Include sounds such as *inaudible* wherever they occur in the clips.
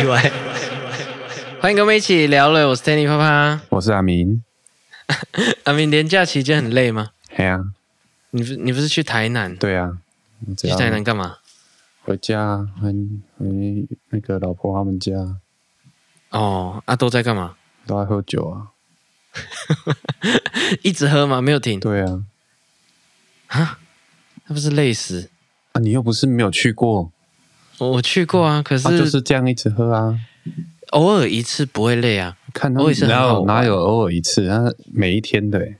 意外。欢迎跟我们一起聊了，我是 Tanny 啪啪。我是阿明。 *laughs* 阿明，连假期间很累吗？嘿啊，你不你不是去台南？对啊，你只去要台南干嘛？回家，回回那个老婆他们家，哦，啊，都在干嘛？ *laughs* 都爱喝酒啊。一直喝吗？没有停，对啊，那不是累死？啊，你又不是没有去过，我我去过啊，可是啊，就是这样一直喝啊。偶尔一次不会累啊。看他我们也是很哪好有玩哪有偶尔一次，啊，每一天的、欸。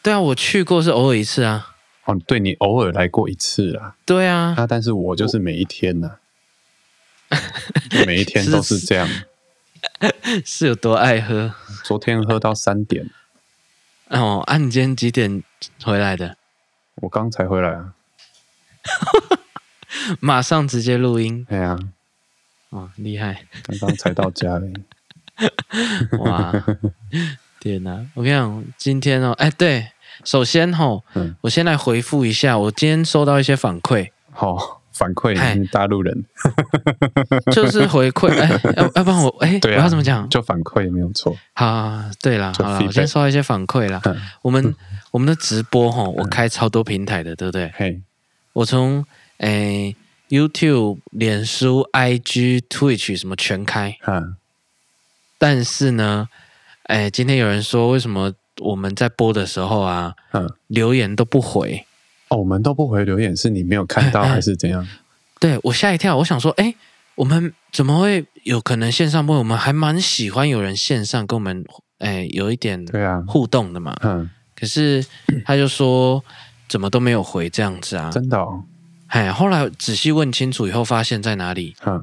对啊，我去过是偶尔一次啊。哦，对你偶尔来过一次啦，对 *laughs* 啊，啊，但是我就是每一 *laughs* 天呐、每一天都是这样。是有多爱喝？昨天喝到三点，哦，啊，你今天几点回来的？我刚才回来啊。马上直接录音，哎呀、哦，厉害！刚刚才到家嘞。哇，天哪、我跟你讲，今天哦，哎，对，首先吼、嗯我先来回复一下，我今天收到一些反馈， *laughs* 好、反嗨馈你大陆人，就是回馈，哎， *laughs* 要要不然我，哎，对啊我要怎么讲？就反馈没有错。 *laughs* 好，对啦，就好啦， feedback 我先收到一些反馈啦。嗯我们我们的直播吼、我开超多平台的，对不对？嘿，我从哎 YouTube、脸书、IG、Twitch 什么全开，哈，但是呢，哎，今天有人说为什么我们在播的时候啊，嗯，留言都不回？哦，我们都不回留言，是你没有看到哎哎还是怎样？对我吓一跳，我想说，哎，我们怎么会有可能线上播？我们还蛮喜欢有人线上跟我们哎有一点对啊，互动的嘛。嗯，可是他就说怎么都没有回这样子啊？真的哦，哎，后来仔细问清楚以后，发现在哪里嗯，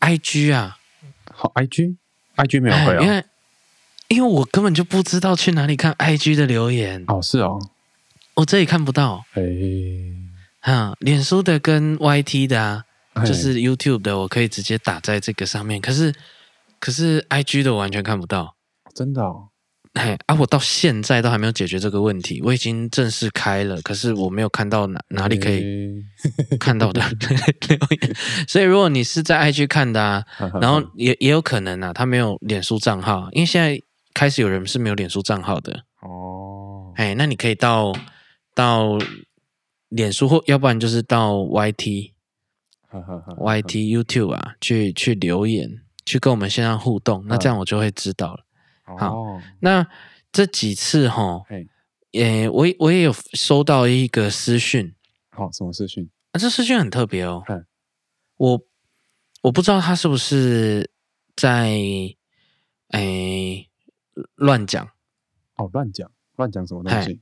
？IG 啊，好，IG IG 没有哎回因哦，为因为我根本就不知道去哪里看 IG 的留言，哦是哦，我这里看不到。哎，哈、脸书的跟 YT 的啊，哎就是 YouTube 的，我可以直接打在这个上面。可是可是 IG 的我完全看不到。真的哦，哎啊！我到现在都还没有解决这个问题。我已经正式开了，可是我没有看到哪哪里可以以？看到的留言。所以如果你是在 IG 看的啊， *laughs* 嗯然后也也有可能啊，他没有脸书账号，因为现在开始有人是没有脸书账号的。 *laughs* 哦，哎，那你可以到到脸书或要不然就是到 YT、哎哈哈哈 YT、YouTube 啊，去去留言，去跟我们线上互动。那这样我就会知道了。好 *laughs* 哦，那这几次哈，嘿，也我也我也有收到一个私讯，好，什么事情？啊，这私讯很特别哦嗯。我我不知道他是不是在诶乱讲，哦，乱讲，乱讲什么东西？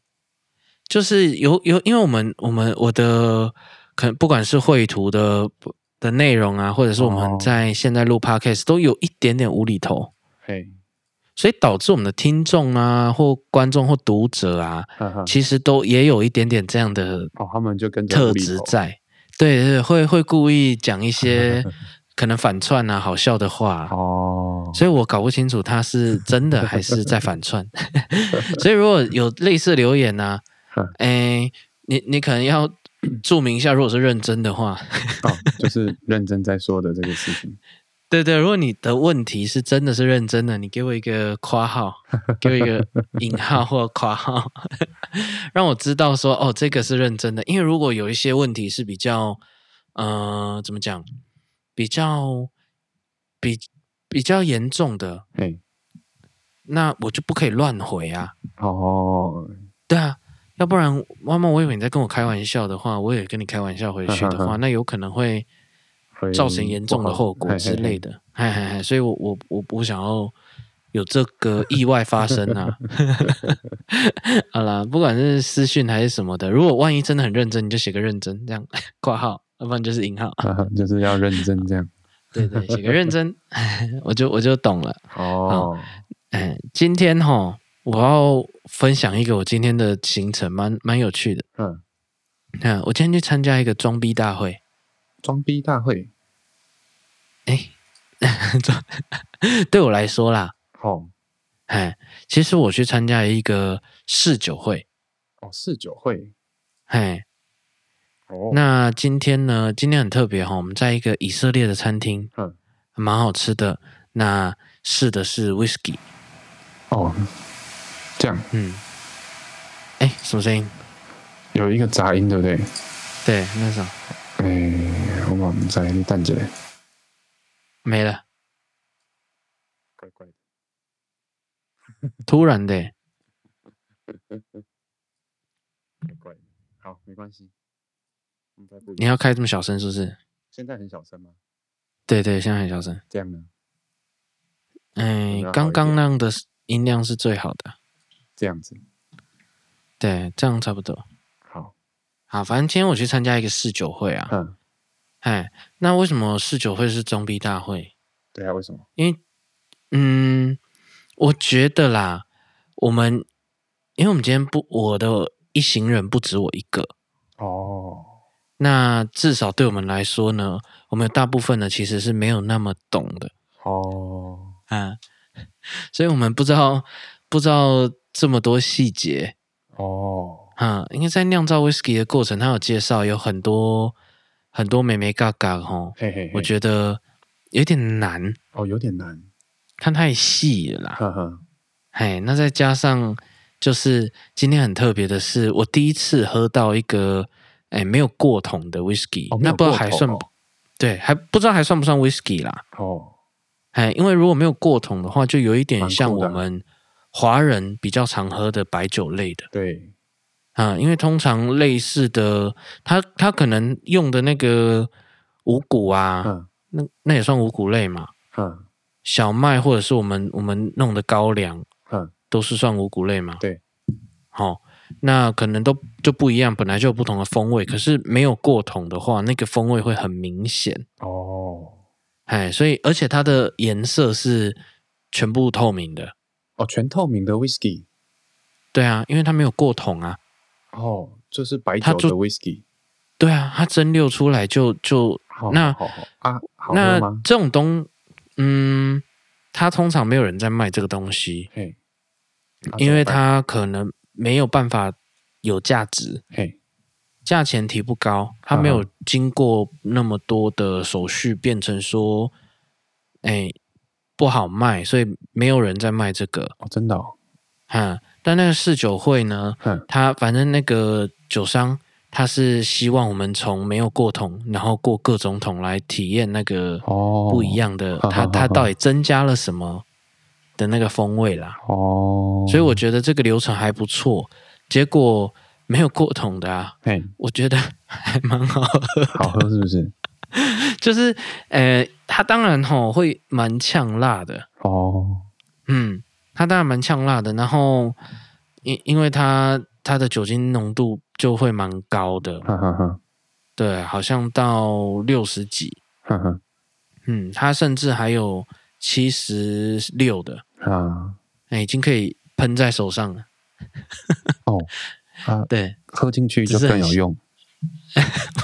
就是有有，因为我们我们我的可能不管是绘图的的内容啊，或者是我们哦在现在录 podcast 都有一点点无厘头，嘿，所以导致我们的听众啊，或观众或读者啊，哈哈，其实都也有一点点这样的哦，他们就跟着特无厘质头，在。对对，对会会故意讲一些可能反串啊、好笑的话啊、哦，所以我搞不清楚他是真的还是在反串。 *laughs* 所以如果有类似留言呢、啊嗯，哎，你你可能要注明一下，如果是认真的话，哦，就是认真在说的这个事情。对对，如果你的问题是真的是认真的，你给我一个括号，给我一个引号或括号， *laughs* 让我知道说哦，这个是认真的。因为如果有一些问题是比较，呃，怎么讲，比较比比较严重的，嘿，那我就不可以乱回啊。哦，对啊，要不然妈妈，我以为你在跟我开玩笑的话，我也跟你开玩笑回去的哼哼话，哼那有可能会会造成严重的后果之类的。的。嘿嘿嘿，所以我我我不想要有这个意外发生啊。 *laughs* 好啦，不管是私讯还是什么的，如果万一真的很认真，你就写个认真这样挂号，要不然就是引号。嘿嘿嘿 *laughs* 就是要认真这样。对对，写个认真， *laughs* 我就我就懂了。 *laughs* 哦，哎，今天哈，我要分享一个我今天的行程，蛮蛮有趣的。嗯，嗯，我今天去参加一个装逼大会，装逼大会，哎，装对我来说啦，哦哎，其实我去参加一个试酒会，哦，四九会，哎，哦，那今天呢？今天很特别哈、我们在一个以色列的餐厅，嗯，蛮好吃的。那试的是 whisky，哦，这样嗯，哎，什么声音？有一个杂音，对不对？对，那什么哎、我把我们再等一下，没了，怪怪的。突然的、怪怪的。好，没关系。应该不你要开这么小声是不是？现在很小声吗？对对，现在很小声。这样呢？哎那好一，刚刚点那样的音量是最好的，这样子。对，这样差不多。好，好，反正今天我去参加一个试酒会啊，嗯，哎，那为什么试酒会是装逼大会？对啊，为什么？因为，嗯，我觉得啦，我们，因为我们今天不，我的一行人不止我一个，哦，那至少对我们来说呢，我们有大部分呢其实是没有那么懂的，哦，啊，所以我们不知道不知道这么多细节，哦，啊，因为在酿造 whisky 的过程，他有介绍有很多很多美眉嘎嘎吼，嘿嘿嘿，我觉得有点难，哦有点 *laughs* 难，它太细了啦。呵呵，嘿，那再加上就是今天很特别的是，我第一次喝到一个哎没有过桶的 whisky，、哦没那有不知道过还桶算哦不对，还不知道还算不算 whisky 啦。哦，哎，因为如果没有过桶的话，就有一点蛮像酷的我啊们华人比较常喝的白酒类的。对，啊，因为通常类似的，它它可能用的那个五谷啊，嗯那那也算五谷类嘛，嗯小麦或者是我们我们弄的高粱嗯，都是算五谷类嘛。对，好、那可能都就不一样，本来就有不同的风味，可是没有过桶的话，那个风味会很明显。哦，哎，所以而且它的颜色是全部透明的。哦，全透明的 whisky，对啊，因为它没有过桶啊。哦，就是白它酒就的 whisky，对啊，它蒸馏出来就就好，那好好啊，好那喝吗？这种东，嗯，它通常没有人在卖这个东西，嘿，啊因为，怎么它可能没有办法有价值，办嘿，价钱提不高，它没有啊经过那么多的手续，变成说，哎，不好卖，所以没有人在卖这个，哦，真的哦，哈。但那个试酒会呢，哼，它反正那个酒商。他是希望我们从没有过桶，然后过各种桶来体验那个哦，不一，样的，好它好它好到底增加了什么的那个风味啦。哦，所以我觉得这个流程还不错，结果没有过桶的啊，嘿，我觉得还蛮好喝。好喝是不是？就是呃，它当然吼会蛮呛辣的， *laughs* 哦，嗯，它当然蛮呛辣的。然后因因为它它的酒精浓度就会蛮高的，哈哈哈，对，好像到六十几，哈哈嗯，它甚至还有七十六的，啊，哎，已经可以喷在手上了。 *laughs* 哦，啊，对，喝进去就更有用，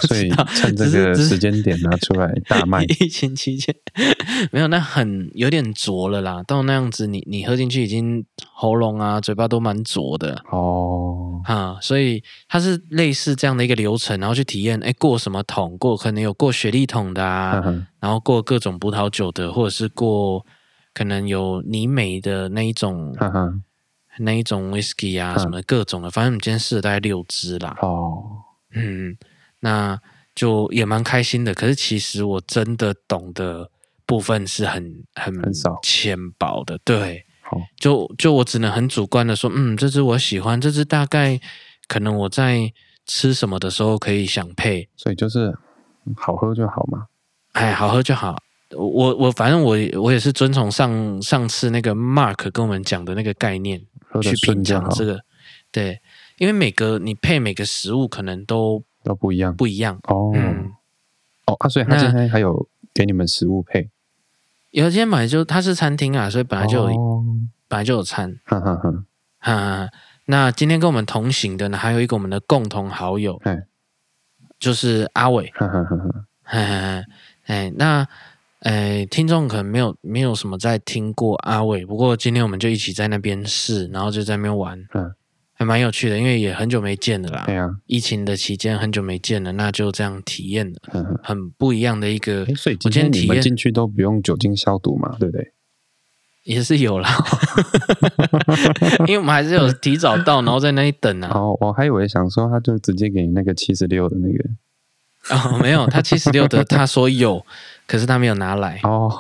所以趁这只是个只是。时间点拿出来大卖疫情期间 *laughs* 没有，那很有点浊了啦。到那样子你，你喝进去已经喉咙啊、嘴巴都蛮浊的哦，啊，所以它是类似这样的一个流程，然后去体验，哎，过什么桶，过可能有过雪莉桶的啊，哈哈然后过各种葡萄酒的，或者是过可能有泥美的那一种哈哈，那一种 whisky 啊，嗯什么各种的，反正我们今天试了大概六支啦。哦，嗯，那就也蛮开心的。可是其实我真的懂的部分是很很很少浅薄的，对，好，就就我只能很主观的说，嗯，这只我喜欢，这只大概可能我在吃什么的时候可以想配，所以就是好喝就好嘛。哎，好喝就好。我我我反正我也我也是遵从上上次那个 Mark 跟我们讲的那个概念喝去的品顺就尝好，这个，对，因为每个你配每个食物可能都都不一样。不一样，哦、嗯。哦啊，所以他那今天还有给你们食物配，有今天本来就它是餐厅啊，所以本来就有、哦，本来就有餐，哈哈哈，哈哈哈。那今天跟我们同行的呢，还有一个我们的共同好友嗯，就是阿伟，哈哈哈哈，哈哈哈哎，那哎，听众可能没有没有什么在听过阿伟，不过今天我们就一起在那边试，然后就在那边玩，嗯，还蛮有趣的，因为也很久没见了啦。对啊，疫情的期间很久没见了，那就这样体验了，嗯哼，很不一样的一个诶。所以我今今天天体你们验进去都不用酒精消毒嘛，对不对？也是有 *laughs* 啦，因为我们还是有提早到，然后在那里等啊。哦，我还以为想说他就直接给你那个七十六的那个哦，没有，他七十六的他说有，可是他没有拿来。哦，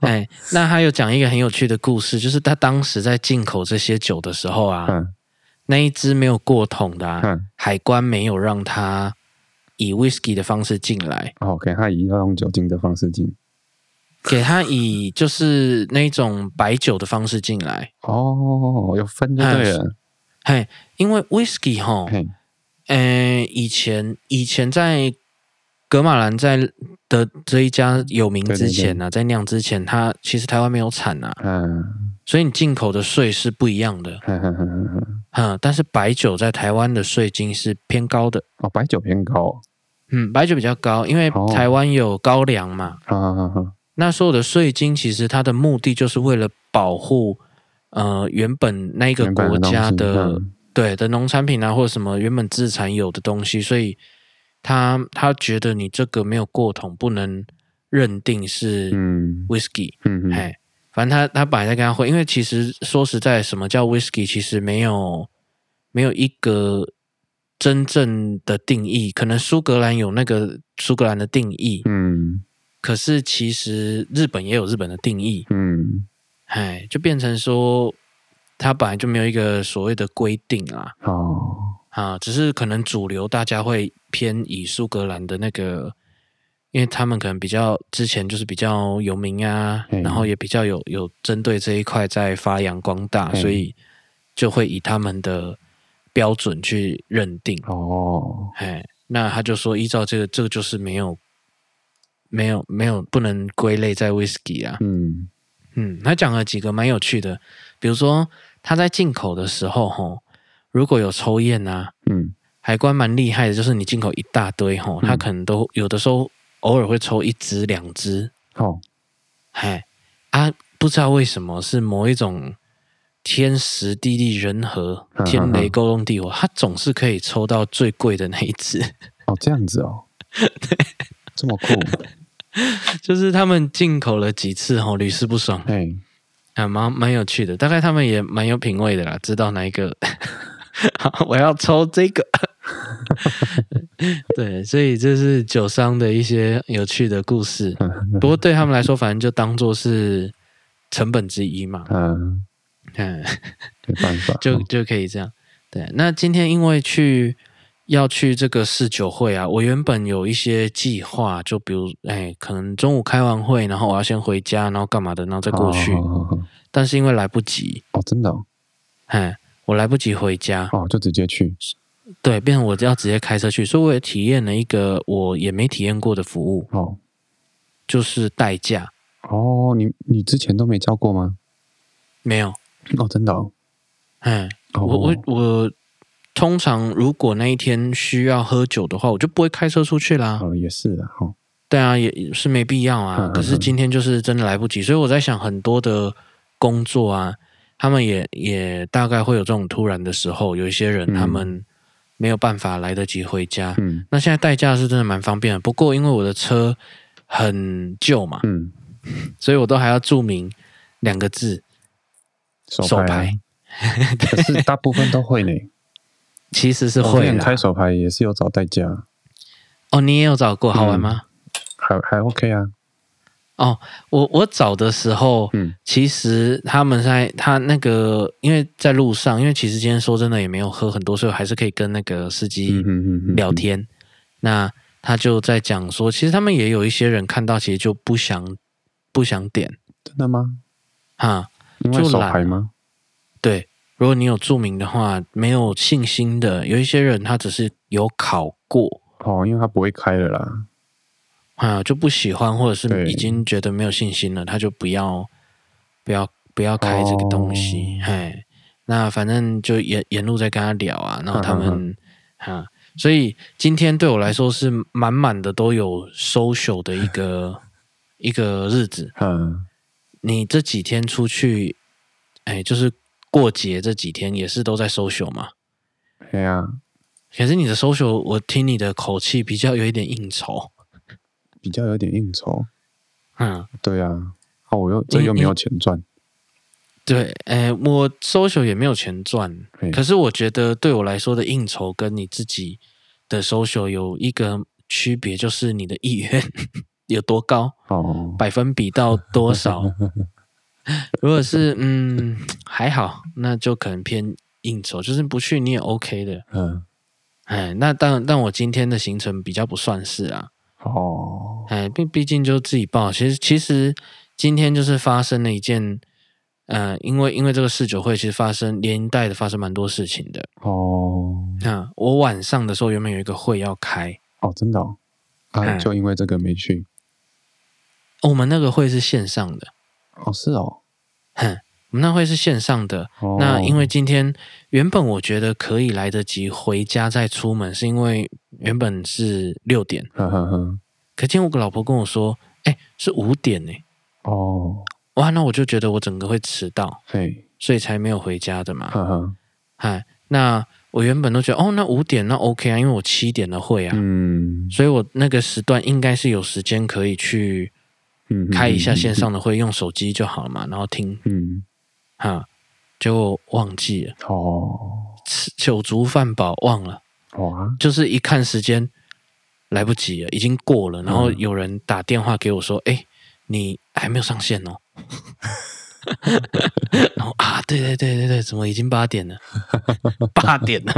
哎，那他有讲一个很有趣的故事，就是他当时在进口这些酒的时候啊，嗯那一支没有过桶的、啊，嗯，海关没有让他以 whisky 的方式进来，哦，给他以要用酒精的方式进给他以就是那种白酒的方式进来。哦，有分就对了，嘿，因为 whisky 哈，嘿，呃，以前以前在格马兰在的这一家有名之前呢、啊，在酿之前，它其实台湾没有产啊，嗯，所以你进口的税是不一样的。哼哼哼哼哼嗯，但是白酒在台湾的税金是偏高的。哦，白酒偏高嗯，白酒比较高，因为哦台湾有高粱嘛。啊啊啊，那所有的税金其实它的目的就是为了保护呃原本那一个原本国东西家的嗯对的农产品啊，或者什么原本自产有的东西，所以他他觉得你这个没有过桶，不能认定是嗯 whisky，嗯嗯，哎、反正他他本来在跟他混，因为其实说实在，什么叫 whisky，其实没有没有一个真正的定义，可能苏格兰有那个苏格兰的定义，嗯可是其实日本也有日本的定义，嗯，哎，就变成说它本来就没有一个所谓的规定啊哦，啊，只是可能主流大家会偏以苏格兰的那个，因为他们可能比较之前就是比较有名啊，嗯然后也比较有有针对这一块在发扬光大，嗯所以就会以他们的标准去认定。哦，哎，那他就说依照这个，这个就是没有。没有，没有，不能归类在 whisky 啊。嗯嗯，他讲了几个蛮有趣的，比如说他在进口的时候，吼，如果有抽验啊，嗯海关蛮厉害的，就是你进口一大堆，吼，嗯他可能都有的时候偶尔会抽一支两支，哦，哎，啊，不知道为什么是某一种天时地利人和嗯嗯，天雷勾动地火，他总是可以抽到最贵的那一支， *laughs* 哦，这样子哦，这么酷，就是他们进口了几次，吼，屡试不爽，哎， *laughs* 啊，蛮蛮有趣的，大概他们也蛮有品味的啦，知道哪一个，好我要抽这个。 *laughs* 对，所以这是酒商的一些有趣的故嗯事，不过对他们来说，反正就当做是成本之一嘛，嗯，嗯，没办法，就就可以这样。对，那今天因为去要去这个试酒会啊，我原本有一些计划，就比如哎，可能中午开完会，然后我要先回家，然后干嘛的，然后再过去，哦哦哦哦但是因为来不及，哦，真的哦，哎，我来不及回家，哦，就直接去，对，变成我要直接开车去，所以我也体验了一个我也没体验过的服务，哦就是代驾，哦，你你之前都没教过吗？没有，哦，真的哦，哎，哦我我我通常如果那一天需要喝酒的话，我就不会开车出去啦，哦也是啊，哦，对啊，也是没必要嗯啊嗯，可是今天就是真的来不及，所以我在想很多的工作啊，他们也也大概会有这种突然的时候，有一些人嗯他们没有办法来得及回家，嗯那现在代驾是真的蛮方便的，不过因为我的车很旧嘛，嗯，所以我都还要注明两个字手手牌牌啊，可是大部分都会 *laughs* 呢，其实是我之会前啦开手牌哦也是有找代驾，哦，你也有找过，好玩嗯吗？还还 OK 啊，我我找的时候，嗯其实他们在他那个，因为在路上，因为其实今天说真的也没有喝很多，所以我还是可以跟那个司嗯机嗯嗯嗯，聊天。那他就在讲说，其实他们也有一些人看到，其实就不想不想点真的吗？哈。因为就手懒啊牌吗？对，如果你有注明的话，没有信心的，有一些人他只是有考过哦，因为他不会开了啦，啊，就不喜欢，或者对是已经觉得没有信心了，他就不要不要不要开这个东西。哦哎、那反正就沿沿路在跟他聊啊，然后他嗯们啊，所以今天对我来说是满满的都有 social 的一个一个日子。嗯，你这几天出去，哎，就是过节这几天也是都在 social 嘛。嘿啊，可是你的 social，我听你的口气比较有一点应酬，比较有点应酬。嗯，对啊，啊，我又这又没有钱赚，对，哎，我 social 也没有钱赚，嘿可是我觉得对我来说的应酬跟你自己的 social 有一个区别，就是你的意愿 *laughs* 有多高，哦，百分比到多少。如果是嗯还好，那就可能偏应酬，就是不去你也 OK 的。嗯，哎，那但但我今天的行程比较不算是啊，哦，哎，毕毕竟就自己报。其实其实今天就是发生了一件，呃，因为因为这个试酒会，其实发生连带的发生蛮多事情的。哦，那、我晚上的时候原本有一个会要开，哦，真的、哦，啊，嗯就因为这个没去，哦我们那个会是线上的，哦，是哦，哼，我们那会是线上的。哦，那因为今天原本我觉得可以来得及回家再出门，是因为原本是六点，呵呵呵，可今天我老婆跟我说，哎，是五点呢、哦，哇，那我就觉得我整个会迟到，嘿，所以才没有回家的嘛。呵呵，嗨，那我原本都觉得哦，那五点那 OK 啊，因为我七点的会啊，嗯，所以我那个时段应该是有时间可以去嗯开一下线，上的会，用手机就好了嘛，然后听嗯，哈。结果忘记了，哦，啊吃酒足饭饱忘了，哇，就是一看时间来不及了，已经过了。然后嗯有人打电话给我说：“哎、你还没有上线哦。” *laughs* 然后啊，对对对对对，怎么已经八点了？八点了，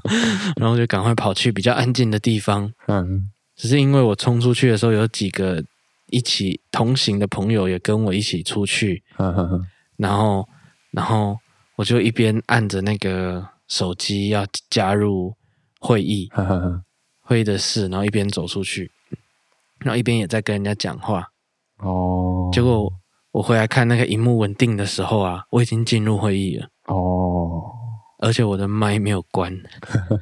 *laughs* 然后就赶快跑去比较安静的地方。嗯，只是因为我冲出去的时候，有几个一起同行的朋友也跟我一起出去，呵呵呵，然后然后我就一边按着那个手机要加入会议，呵呵呵，会议的事，然后一边走出去，然后一边也在跟人家讲话。哦，结果我回来看那个荧幕稳定的时候啊，我已经进入会议了，哦，而且我的麦没有关。 *laughs* 然后，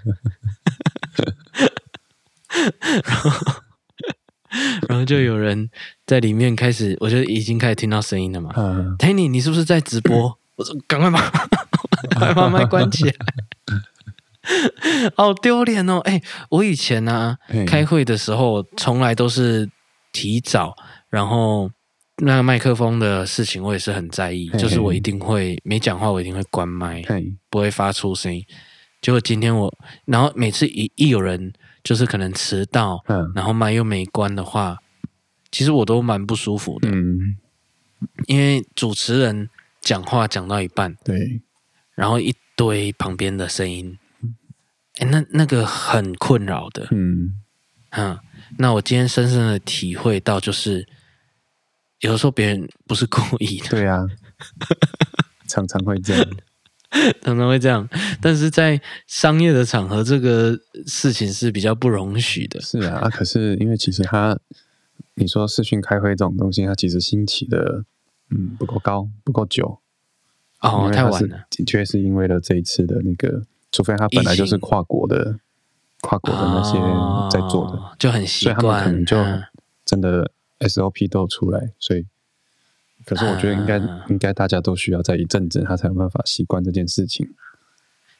然后就有人在里面开始，我就已经开始听到声音了嘛。嗯， Tiny，你是不是在直播？我说赶快把 *laughs* 赶快把麦关起来，好丢脸哦！哎、我以前呢、啊，嘿开，会的时候从来都是提早，然后那个麦克风的事情我也是很在意，嘿嘿就是我一定会没讲话，我一定会关麦，嘿，不会发出声音。结果今天我，然后每次一一有人就是可能迟到，嗯，然后麦又没关的话，其实我都蛮不舒服的，嗯，因为主持人讲话讲到一半，对，然后一堆旁边的声音，哎，那那个很困扰的。嗯，嗯，那我今天深深的体会到，就是有的时候别人不是故意的， *laughs* 对 *laughs* 啊，常常会这样，常常会这样，但是在商业的场合，这个事情是比较不容许的。是啊，啊，可是因为其实他，你说视讯开会这种东西，它其实兴起的，嗯，不够高，不够久，因哦，为太它晚是了。的确是因为了这一次的那个，除非他本来就是疫情跨国的，跨国的那些在做的，哦就很习所以他们可惯，能就嗯真的 SOP 都有出来，所以。可是我觉得应该、啊应该大家都需要在一阵子，他才有办法习惯这件事情。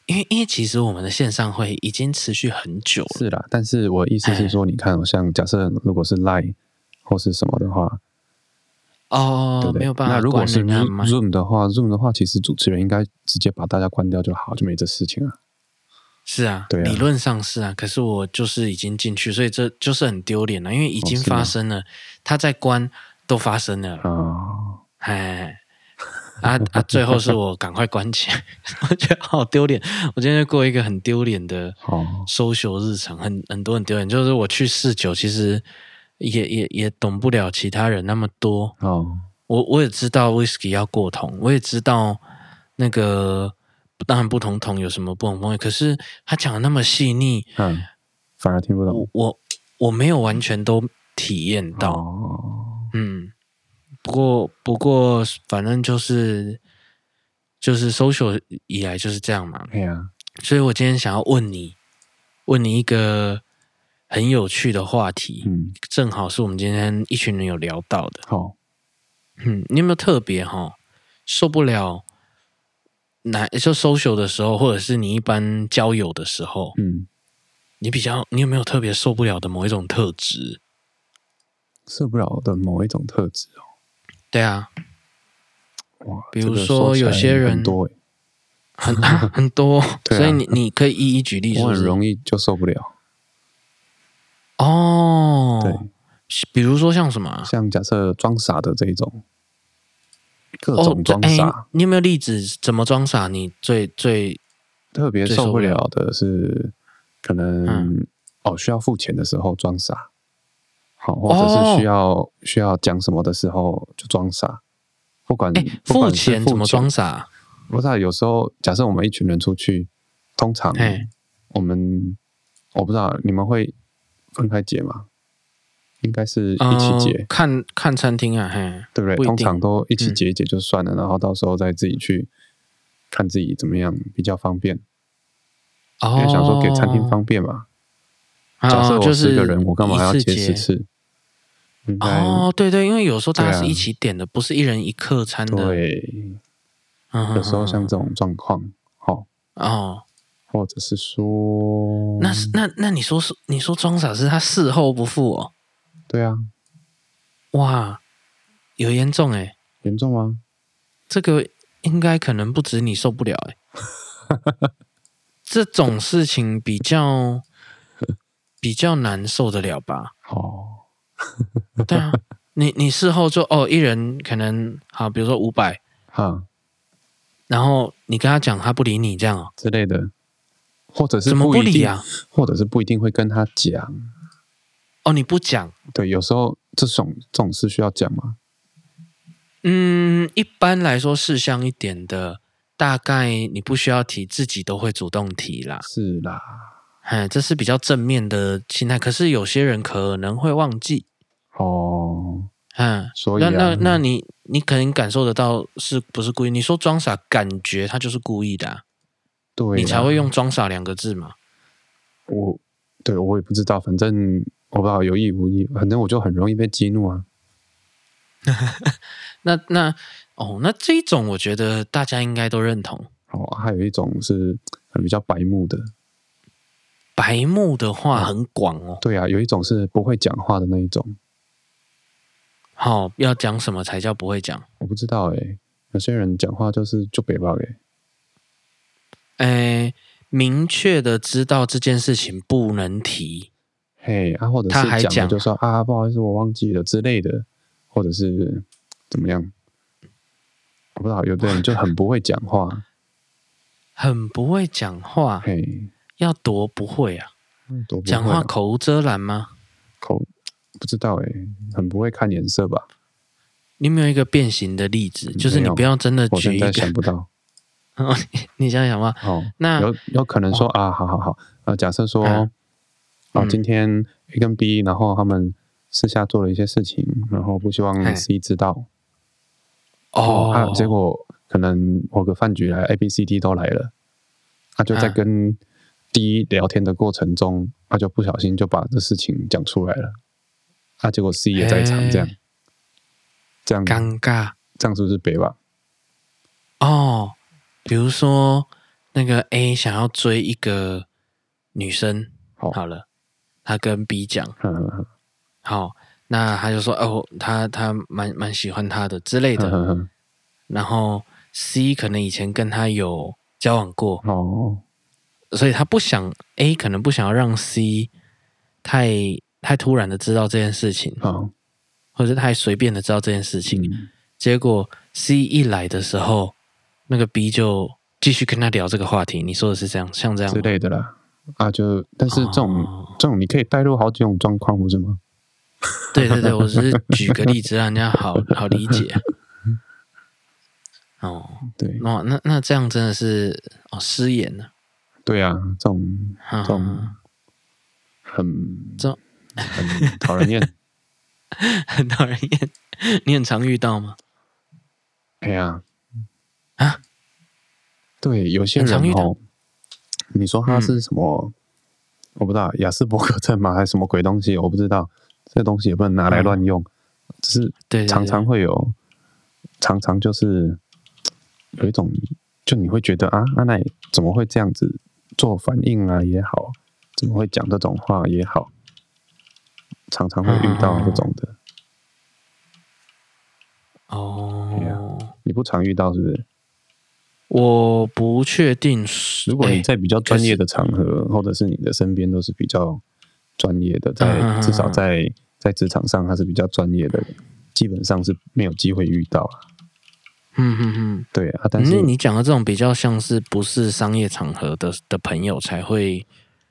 因为因为其实我们的线上会已经持续很久了，是啦，但是我意思哎是说，你看哦，像假设如果是 Line 或是什么的话，对哦，不对？没有办法那关人家麦。啊如果是 Zoom Zoom 的话，Zoom 的话，其实主持人应该直接把大家关掉就好，就没这事情了。是啊，对啊理论上是啊，可是我就是已经进去，所以这就是很丢脸了，因为已经哦是吗发生了，他在关都发生了，啊，哎，啊啊，最后是我赶快关起来， *laughs* 我觉得好丢脸，我今天就过一个很丢脸的哦， social 日常，很很多很丢脸，就是我去试酒，其实也也也懂不了其他人那么多，哦，我我也知道 whisky 要过桶，我也知道那个当然不同桶有什么不同风味，可是他讲的那么细腻，嗯，反而听不懂我。我我没有完全都体验到，哦，嗯，不过不过反正就是就是 social 以来就是这样嘛，哎呀，所以我今天想要问你，问你一个很有趣的话题，嗯，正好是我们今天一群人有聊到的。好，嗯，你有没有特别哈、受不了哪就 social 的时候，或者是你一般交友的时候，嗯，你比较你有没有特别受不了的某一种特质？受不了的某一种特质哦。对啊，哇，比如这个说起来有些人很多欸 *laughs* 很啊很多，对啊所以你你可以一一举例是欸我不是，很容易就受不了。哦，对，比如说像什么啊、像假设装傻的这一种，各哦种，这装哎傻，你有没有例子？怎么装傻？你最最特别最受受不不了了的是，可能、嗯哦需要付钱的时候装傻，好，或者哦是需要、需要讲什么的时候就装傻，不管哎嗯不管付是付钱怎么装钱？傻？不知道有时候假设我们一群人出去，通常哎我们我不知道你们会分开结吗？应该是一起呃结，看看餐厅啊，嘿，对不对？不一通常定都一起嗯结一结就算了，然后到时候再自己去看自己怎么样比较方便，因哦为，想说给餐厅方便嘛。哦，假设我就十是个人，我干嘛要一次结结十？次？应该哦，对对，因为有时候大对家啊是一起点的，不是一人一客餐的。对，嗯，哼有时候像哼这种状况，好，哦，或者是说，那是那那你说是你说装傻是他事后不付哦？对啊，哇，有严重哎、严重吗？这个应该可能不止你受不了 *laughs* 哎、这种事情比 *laughs* 较比较难受得了吧？好，对啊，你你事后就哦，一人可能好，比如说五百，哈然后你跟他讲，他不理你这样哦，之类的，或者是怎么不一理定，啊？或者是不一定会跟他讲。哦，你不讲，对，有时候这种这种事需要讲吗？嗯，一般来说事项一点的，大概你不需要提，自己都会主动提啦。是啦，哎，这是比较正面的心态，可是有些人可能会忘记，哦，嗯，所以、那啊、那那你你可能感受得到是不是故意？你说装傻，感觉他就是故意的啊、对你啦才会用装傻两个字嘛。我，对我也不知道，反正我不知道有意无意，反正我就很容易被激怒啊。那那哦，那这一种我觉得大家应该都认同。哦，还有一种是呃比较白目的，白目的嗯话很广哦，对啊，有一种是不会讲话的那一种，好、要讲什么才叫不会讲？我不知道诶、有些人讲话就是就北吧诶，诶，明确的知道这件事情不能提，嘿啊，或者他还是讲讲了就说啊，不好意思，我忘记了之类的，或者是怎么样，我不知道，有的人就很不会讲话，很不会讲话，嘿，要多不会啊？嗯多不会啊讲话口无遮拦吗？口不知道诶、欸很不会看脸色吧？你有没有一个变形的例子？就是嗯没你有不要真的我举现一在个，想不到。你想想吧。哦，那有有可能说啊，好好好，呃，假设说，哦嗯哦，嗯今天 A 跟 B，然后他们私下做了一些事情，然后不希望嘿 C 知道，哦，啊，结果可能某个饭局来，A、B、C、D 都来了，他、就在嗯跟 D 聊天的过程中，他、就不小心就把这事情讲出来了，啊，结果 C 也在场，嘿这样，这样，尴尬这样是不是北吧？哦。比如说，那个 A 想要追一个女生，好嗯好了，他跟 B 讲，呵呵好，那他就说哦，他他蛮蛮喜欢她的之类呵的。呵呵，然后 C 可能以前跟他有交往过，哦，所以他不想 A 可能不想要让 C 太太突然的知道这件事情，好，或者太随便的知道这件事情。嗯，结果 C 一来的时候，那个 B 就继续跟他聊这个话题。你说的是这样，像这样之吗类的啦。啊，就但是这种、哦这种你可以带入好几种状况，不是吗？对对对，我只是举个例子，让人家好好理 *laughs* 解。哦，对，那那那这样真的是哦失言了、对啊，这种哈 *laughs* 这哈种哈很这种很讨人厌。 *laughs* 很讨人厌。你很常遇到吗？哎呀，啊，对，有些很常人遇到嗯哦，你说他是什么？我不知道，雅斯伯格症吗？还是什么鬼东西？我不知道，这东西也不能嗯拿来乱用，只是对对对常常会有，常常就是有一种就你会觉得啊，阿奶怎么会这样子做反应啊也好，怎么会讲这种话也好，常常会遇到这种的。哦，你不常遇到是不是？我不确定是。如果你哎在比较专业的场合，或者是你的身边都是比较专业的，在嗯至少在在职场上他是比较专业的，基本上是没有机会遇到啊。嗯嗯嗯，对啊，但但是是你讲的这种比较像是不是商业场合的的朋友才会，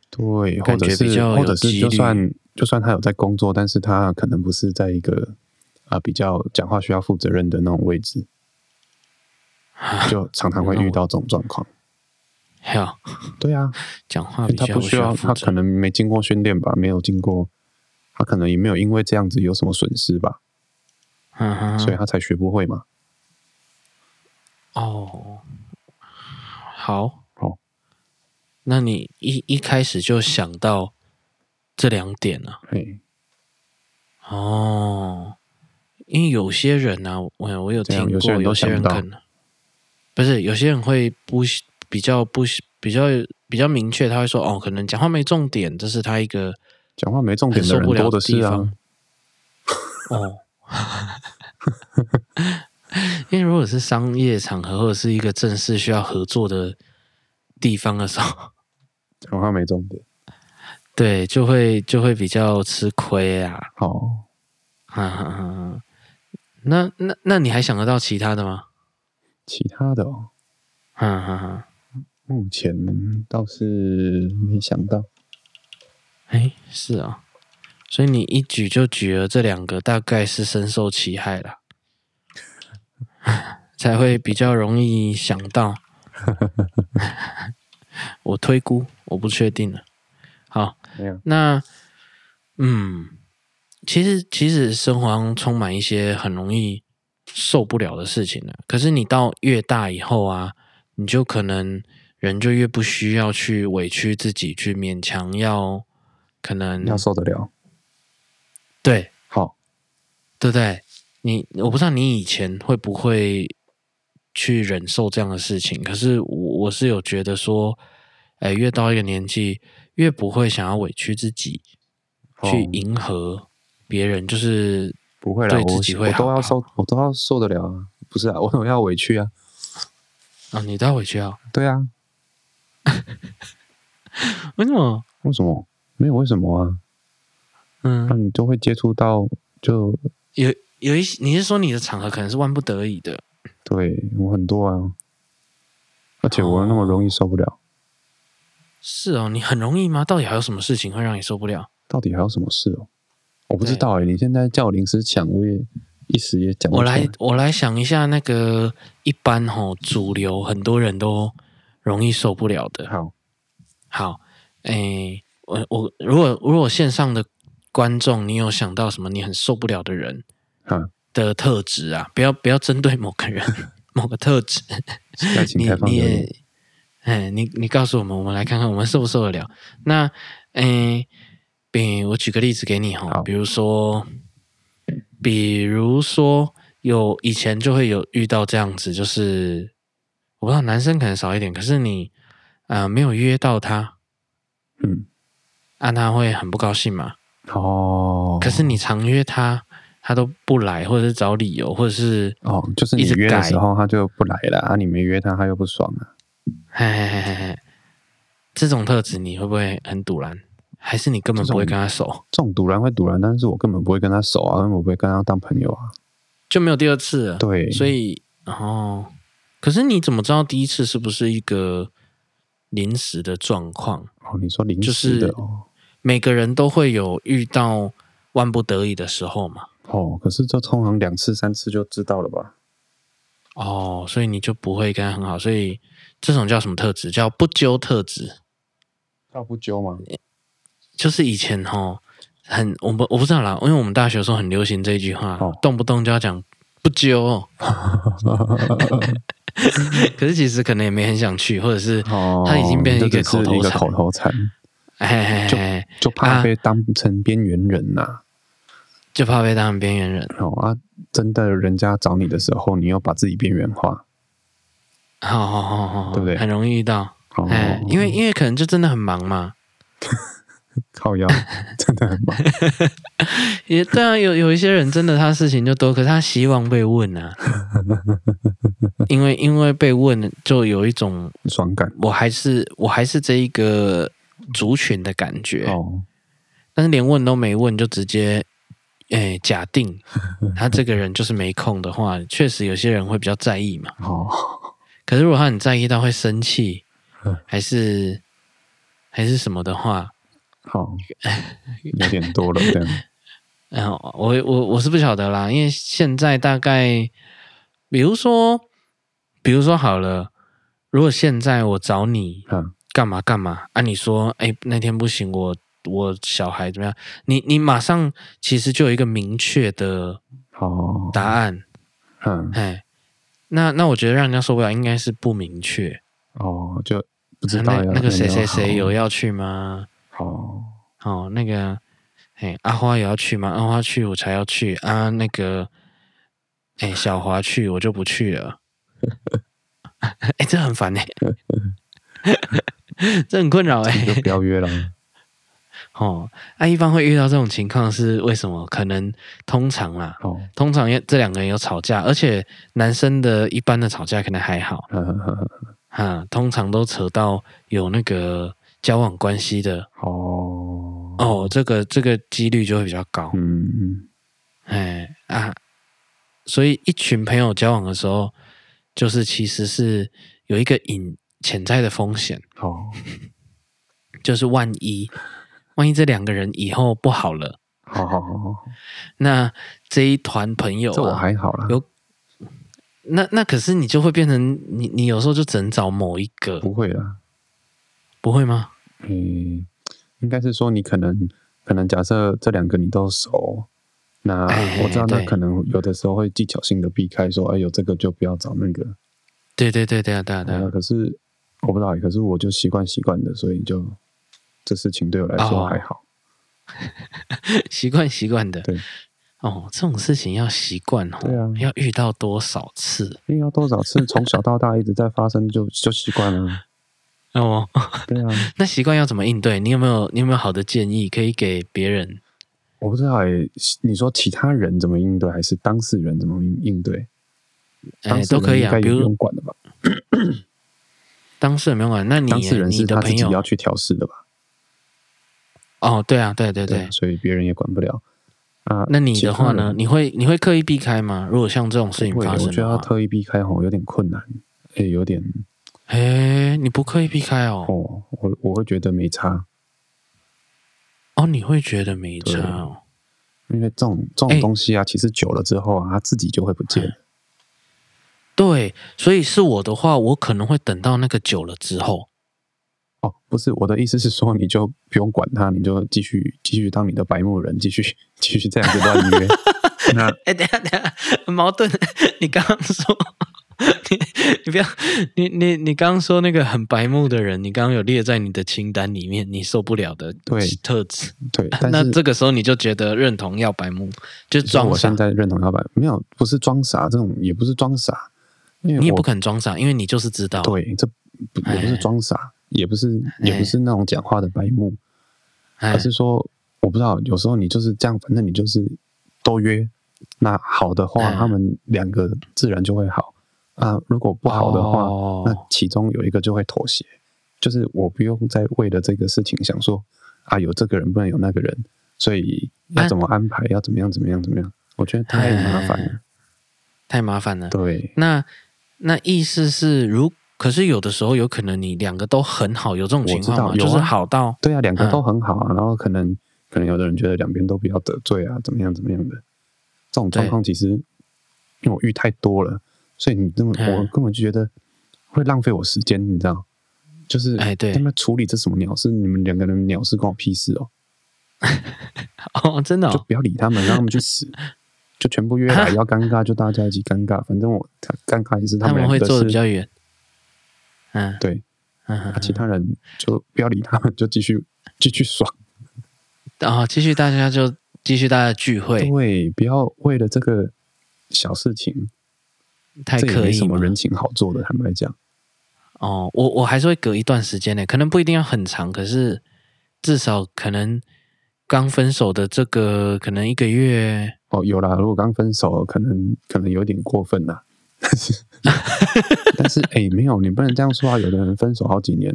对，或感者觉比是较或有者是几就率算就算他有在工作，但是他可能不是在一个啊比较讲话需要负责任的那种位置，啊就常常会遇到这种状况。还有对啊，讲话因为比他较不需要，负他责可能没经过训练吧，没有经过，他可能也没有因为这样子有什么损失吧，嗯哼所以他才学不会嘛。哦，好，好，那你一一开始就想到这两点了、嘿，哦，因为有些人啊，我我有这听样过，有有些人都想可不到能不是，有些人会不喜比较不喜比较比较明确，他会说哦，可能讲话没重点，这是他一个讲话没重很点的受人不了多的是地啊方。。 *laughs* 哦，因为如果是商业场合或者是一个正式需要合作的地方的时候， *laughs* 讲话没重点。对，就会就会比较吃亏啊。好，哈哈哈哈那那那你还想得到其他的吗？其他的哦，哈哈哈。目前倒是没想到。哎，是啊、所以你一举就举了这两个，大概是深受其害了， *laughs* 才会比较容易想到。 *laughs* 我推估，我不确定了。好，没有，那，嗯，其实其实生活中充满一些很容易受不了的事情了。可是你到越大以后啊，你就可能人就越不需要去委屈自己，去勉强要可能要受得了。对好，对不对？你我不知道你以前会不会去忍受这样的事情，可是我我是有觉得说，哎，越到一个年纪，越不会想要委屈自己。哦去迎合别人，就是不会啦，对我自己会我都好要啊受，我都要受得了啊。不是啊，我我要委屈啊。啊，你都要委屈啊？对啊，为什么？为什么？没有为什么啊？那嗯，你就会接触到，就有有一些，你是说你的场合可能是万不得已的对我很多啊，而且我那么容易受不了，是哦，你很容易吗？到底还有什么事情会让你受不了？到底还有什么事哦？我不知道哎、你现在叫我临时想，我也一时也讲不我出来来，我来想一下，那个一般吼、主流很多人都容易受不了的。 *laughs* 好，好，诶，我我如果如果线上的观众，你有想到什么你很受不了的人哈，的特质啊？不要不要针对某个人 *laughs* 某个特质，再请你开放你留也言。，哎，你你告诉我们，我们来看看我们受不受得了。那，哎，比我举个例子给你哈好，比如说，比如说有以前就会有遇到这样子，就是我不知道男生可能少一点，可是你啊、呃没有约到他，嗯，啊他会很不高兴嘛。哦，可是你常约他，他都不来，或者是找理由，或者是哦，就是你一直约的改时候他就不来了啊，你没约他他又不爽啊了、嘿嘿嘿嘿嘿，这种特质你会不会很堵然？还是你根本这种不会跟他熟，这种堵然会堵然，但是我根本不会跟他熟啊，我不会跟他当朋友啊。就没有第二次了？对，啊所以哦，可是你怎么知道第一次是不是一个临时的状况？哦，你说临就时是的哦，每个人都会有遇到万不得已的时候嘛。哦，可是这通常两次三次就知道了吧？哦，所以你就不会跟他很好，所以这种叫什么特质？叫不纠特质。要不揪吗？就是以前哈，很我不我不知道啦，因为我们大学的时候很流行这一句话，哦动不动就要讲不揪、 *laughs* 哦，可是其实可能也没很想去，或者 *laughs* 是哦，它已经变成一个口这只是头一个禅口头禅，哎哎哎哎，就怕被当成边缘人啊呐、就怕被当成边缘人。哦啊，真的人家找你的时候，你又把自己边缘化，好好好好，对不对很容易遇到，哦，哎，因为因为可能就真的很忙嘛，靠 *laughs* 腰真的很忙，也对啊，有有一些人真的他事情就多，可是他希望被问 *laughs* 啊，因为因为被问就有一种爽感我还是我还是这一个族群的感觉，哦，但是连问都没问就直接。哎、假定他这个人就是没空的话，确实有些人会比较在意嘛。好，可是如果他很在意到会生气嗯，还是还是什么的话，好，哦有点多了这样，嗯，我我我是不晓得啦，因为现在大概，比如说，比如说好了，如果现在我找你嗯，干嘛干嘛啊，你说哎、那天不行，我我小孩怎么样？你你马上其实就有一个明确的好，答案，哦嗯，哎，那那我觉得让人家受不了应该是不明确，啊哦，就不知那道要那个谁谁谁有要要去吗？好，哦，那个，哎，阿花也要去吗？阿花去我才要去啊。那个，哎，小华去我就不去了。 *laughs* 哎，这很烦哎、 *laughs* 这很困扰哎、就不要约了， *laughs* 哦，啊，一般会遇到这种情况是为什么？可能通常啦，好，通常要这两个人有吵架，而且男生的一般的吵架可能还好嗯嗯嗯，啊，通常都扯到有那个交往关系的好，哦，这个这个几率就会比较高。嗯嗯，哎啊，所以一群朋友交往的时候，就是其实是有一个隐潜在的风险，好，就是万一万一这两个人以后不好了，好好好好，那这一团朋友、这我啊，还好啦有，那那可是你就会变成你你有时候就只能找某一个，不会啦，不会吗？嗯，应该是说你可能可能假设这两个你都熟，那哎我知道那对可能有的时候会技巧性的避开说，哎，有这个就不要找那个。对对对对啊对啊对啊那，可是我不知道，可是我就习惯习惯的，所以就这事情对我来说哦还好。习惯习惯的对。哦，这种事情要习惯哦，对啊要遇到多少次因为要多少次从小到大一直在发生就，就习惯了。哦？对啊， *laughs* 那习惯要怎么应对？你有没有你有没有好的建议可以给别人？我不知道哎、你说其他人怎么应对，还是当事人怎么应应对？哎当，事都人可以应啊。该比也不如用管的吧？当事人没有啊管，那你当事人你是的他自朋己友要去调试的吧？哦，对啊，对对对对啊。所以别人也管不了。啊，那你其的他话呢？人你会你会刻意避开吗？如果像这种事情会发我生觉得的要话，特意避开吼，有点困难，哎、有点哎，你不刻意避开哦，哦，我我会觉得没差，哦，你会觉得没差对哦。因为这种这哎种东西啊，其实久了之后啊，它自己就会不见了。对，所以是我的话，我可能会等到那个久了之后。哦，不是，我的意思是说，你就不用管它，你就继续继续当你的白目人，继续继续这样子乱 *laughs* 约。那哎，等一下等一下，很矛盾。你刚刚说，你你不要，你你你刚刚说那个很白目的人，你刚刚有列在你的清单里面，你受不了的对特质。对，但那是这个时候你就觉得认同要白目，就所以装我傻现。在认同老板没有，不是装傻，这种也不是装傻，因为你也我不肯装傻，因为你就是知道。对，这不也不哎是装傻，也不是也哎不是那种讲话的白目，哎，而是说我不知道，有时候你就是这样，反正你就是都约。那好的话，哎他们两个自然就会好啊。如果不好的话，哦那其中有一个就会妥协，就是我不用再为了这个事情想说啊，有这个人不能有那个人，所以要啊怎么安排，要怎么样怎么样怎么样，我觉得太麻烦了。太麻烦了。对，那那意思是，如可是有的时候有可能你两个都很好，有这种情况我吗？知就道有啊是好到对啊，两个都很好啊，然后可能可能有的人觉得两边都不要得罪啊，怎么样怎么样的，这种状况其实因为我遇太多了，所以你根本嗯我根本就觉得会浪费我时间，你知道。就是哎对他们处理这什么鸟事，你们两个人鸟事关我屁事哦。哦，真的、就哦、不要理他们，让他们去 *laughs* 死，就全部约来，要尴尬就大家一起尴尬，反正我尴尬也是他们们两会个坐的比事，较远。嗯，对，嗯嗯啊其他人就不要理他们，就继续继 *laughs* 续爽，然后啊继续大家就继续大家聚会，对，不要为了这个小事情，太这也刻没意什么嘛人情好做的，坦白讲，哦，我我还是会隔一段时间呢，可能不一定要很长，可是至少可能刚分手的这个可能一个月，哦，有啦，如果刚分手，可能可能有点过分啦。但是 *laughs* *laughs* 但是哎、没有，你不能这样说啊！有的人分手好几年，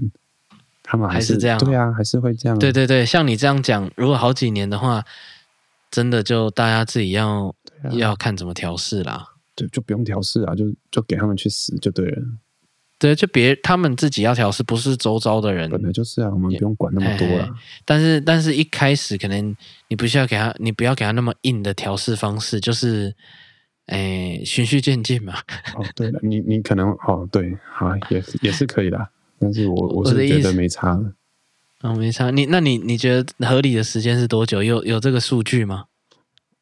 他们还是是这样对啊，还是会这样、啊。对对对，像你这样讲，如果好几年的话，真的就大家自己要、对啊，要看怎么调试啦。就就不用调试啊，就就给他们去死就对了。对，就别他们自己要调试，不是周遭的人。本来就是啊，我们不用管那么多嘿嘿了。但是但是一开始可能你不需要给他，你不要给他那么硬的调试方式，就是诶循序渐进嘛。哦，对了，你你可能哦，对，好，也是也是可以的，但是我我我的是意觉思得没差了。啊，没差。你那你你觉得合理的时间是多久？有有这个数据吗？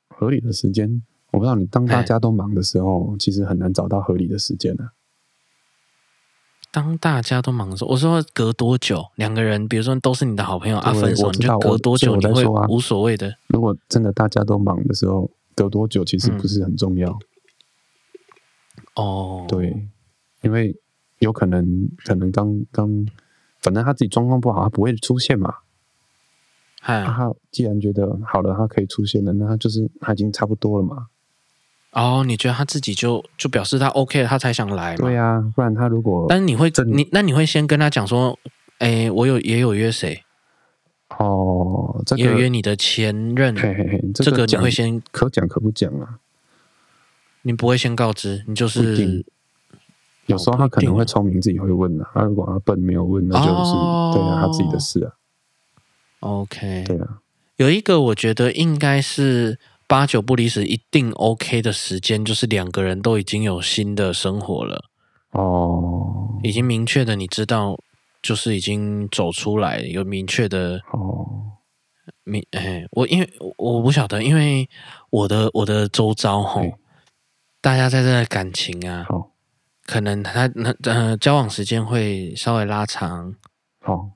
合理的时间，我不知道你当哎大家都忙的时候，其实很难找到合理的时间啊。当大家都忙的时候，我说隔多久？两个人，比如说都是你的好朋友啊，对分手我你知就道隔我多久所以我你在会说啊无所谓的。如果真的大家都忙的时候，隔多久其嗯实不是很重要。哦，对，因为有可能可能刚刚，反正他自己状况不好，他不会出现嘛。嗨，啊他既然觉得好了，他可以出现了，那他就是他已经差不多了嘛。哦，你觉得他自己就就表示他 OK 了，他才想来嘛？对呀、啊，不然他如果但是你会正你那你会先跟他讲说，哎，我有也有约谁，哦，这也有约个你的前任，嘿嘿嘿，这个你讲会先，可讲可不讲啊。你不会先告知，你就不一是定有哦时候他可能会聪明，自己会问啊。他如果他笨没有问，那就是、哦对啊，他自己的事啊， OK。对啊，有一个我觉得应该是八九不离十，一定 OK 的时间，就是两个人都已经有新的生活了，哎哦已经明确的你知道，就是已经走出来，有明确的哦，明哎，我因为我不晓得，因为我的我的周遭吼嗯，大家在这个感情啊，好可能他那呃交往时间会稍微拉长，好，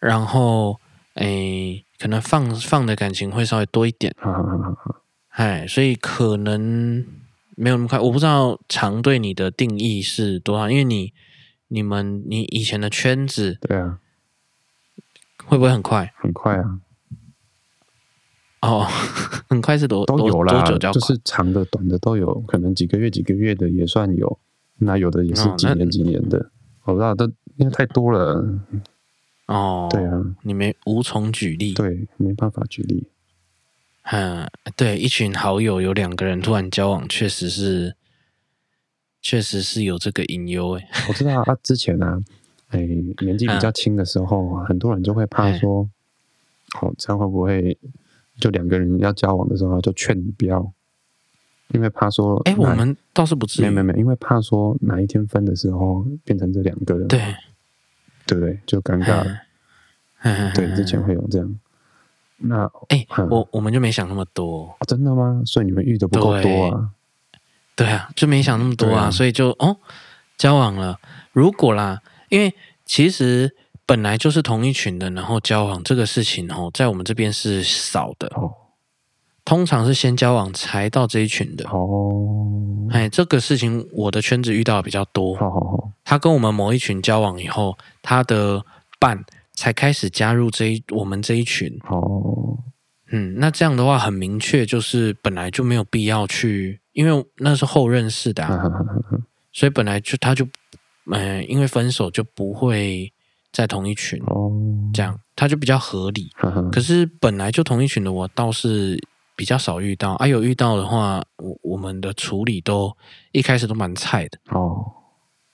然后诶、可能放放的感情会稍微多一点，哈哈哈哈，哎，所以可能没有那么快。我不知道长对你的定义是多少，因为你你们你以前的圈子对啊，会不会很快？很快啊，哦，很快是多都有多啦，多久叫就快？是长的、短的都有，可能几个月、几个月的也算有，那有的也是哦几那年、几年的，我不知道，都因为太多了，哦，对啊，你没无从举例。对，没办法举例，嗯，对，一群好友有两个人突然交往，确实是，确实是有这个隐忧欸诶。我知道啊，之前啊，哎，年纪比较轻的时候，嗯很多人就会怕说，哎哦，这样会不会就两个人要交往的时候就劝你不要，因为怕说，哎，我哪们倒是不至没没于，没，因为怕说哪一天分的时候变成这两个人，对， *laughs* 哎对不对？就尴尬了。嗯对，之前会有这样。那、哎，嗯我我们就没想那么多，真的吗？所以你们遇的不够多啊。对啊，就没想那么多对啊，啊所以就哦，交往了。如果啦，因为其实本来就是同一群人，然后交往这个事情哦，在我们这边是少的，哦通常是先交往才到这一群的。哦，哎，这个事情我的圈子遇到的比较多，好好好，他跟我们某一群交往以后，他的伴才开始加入这一我们这一群。哦，嗯，那这样的话很明确，就是本来就没有必要去，因为那是后认识的、哈啊，哈哈哈所以本来就他就，嗯、因为分手就不会在同一群，哦，这样他就比较合理。哈哈，可是本来就同一群的，我倒是比较少遇到啊。有遇到的话，我我们的处理都一开始都蛮菜的，哦，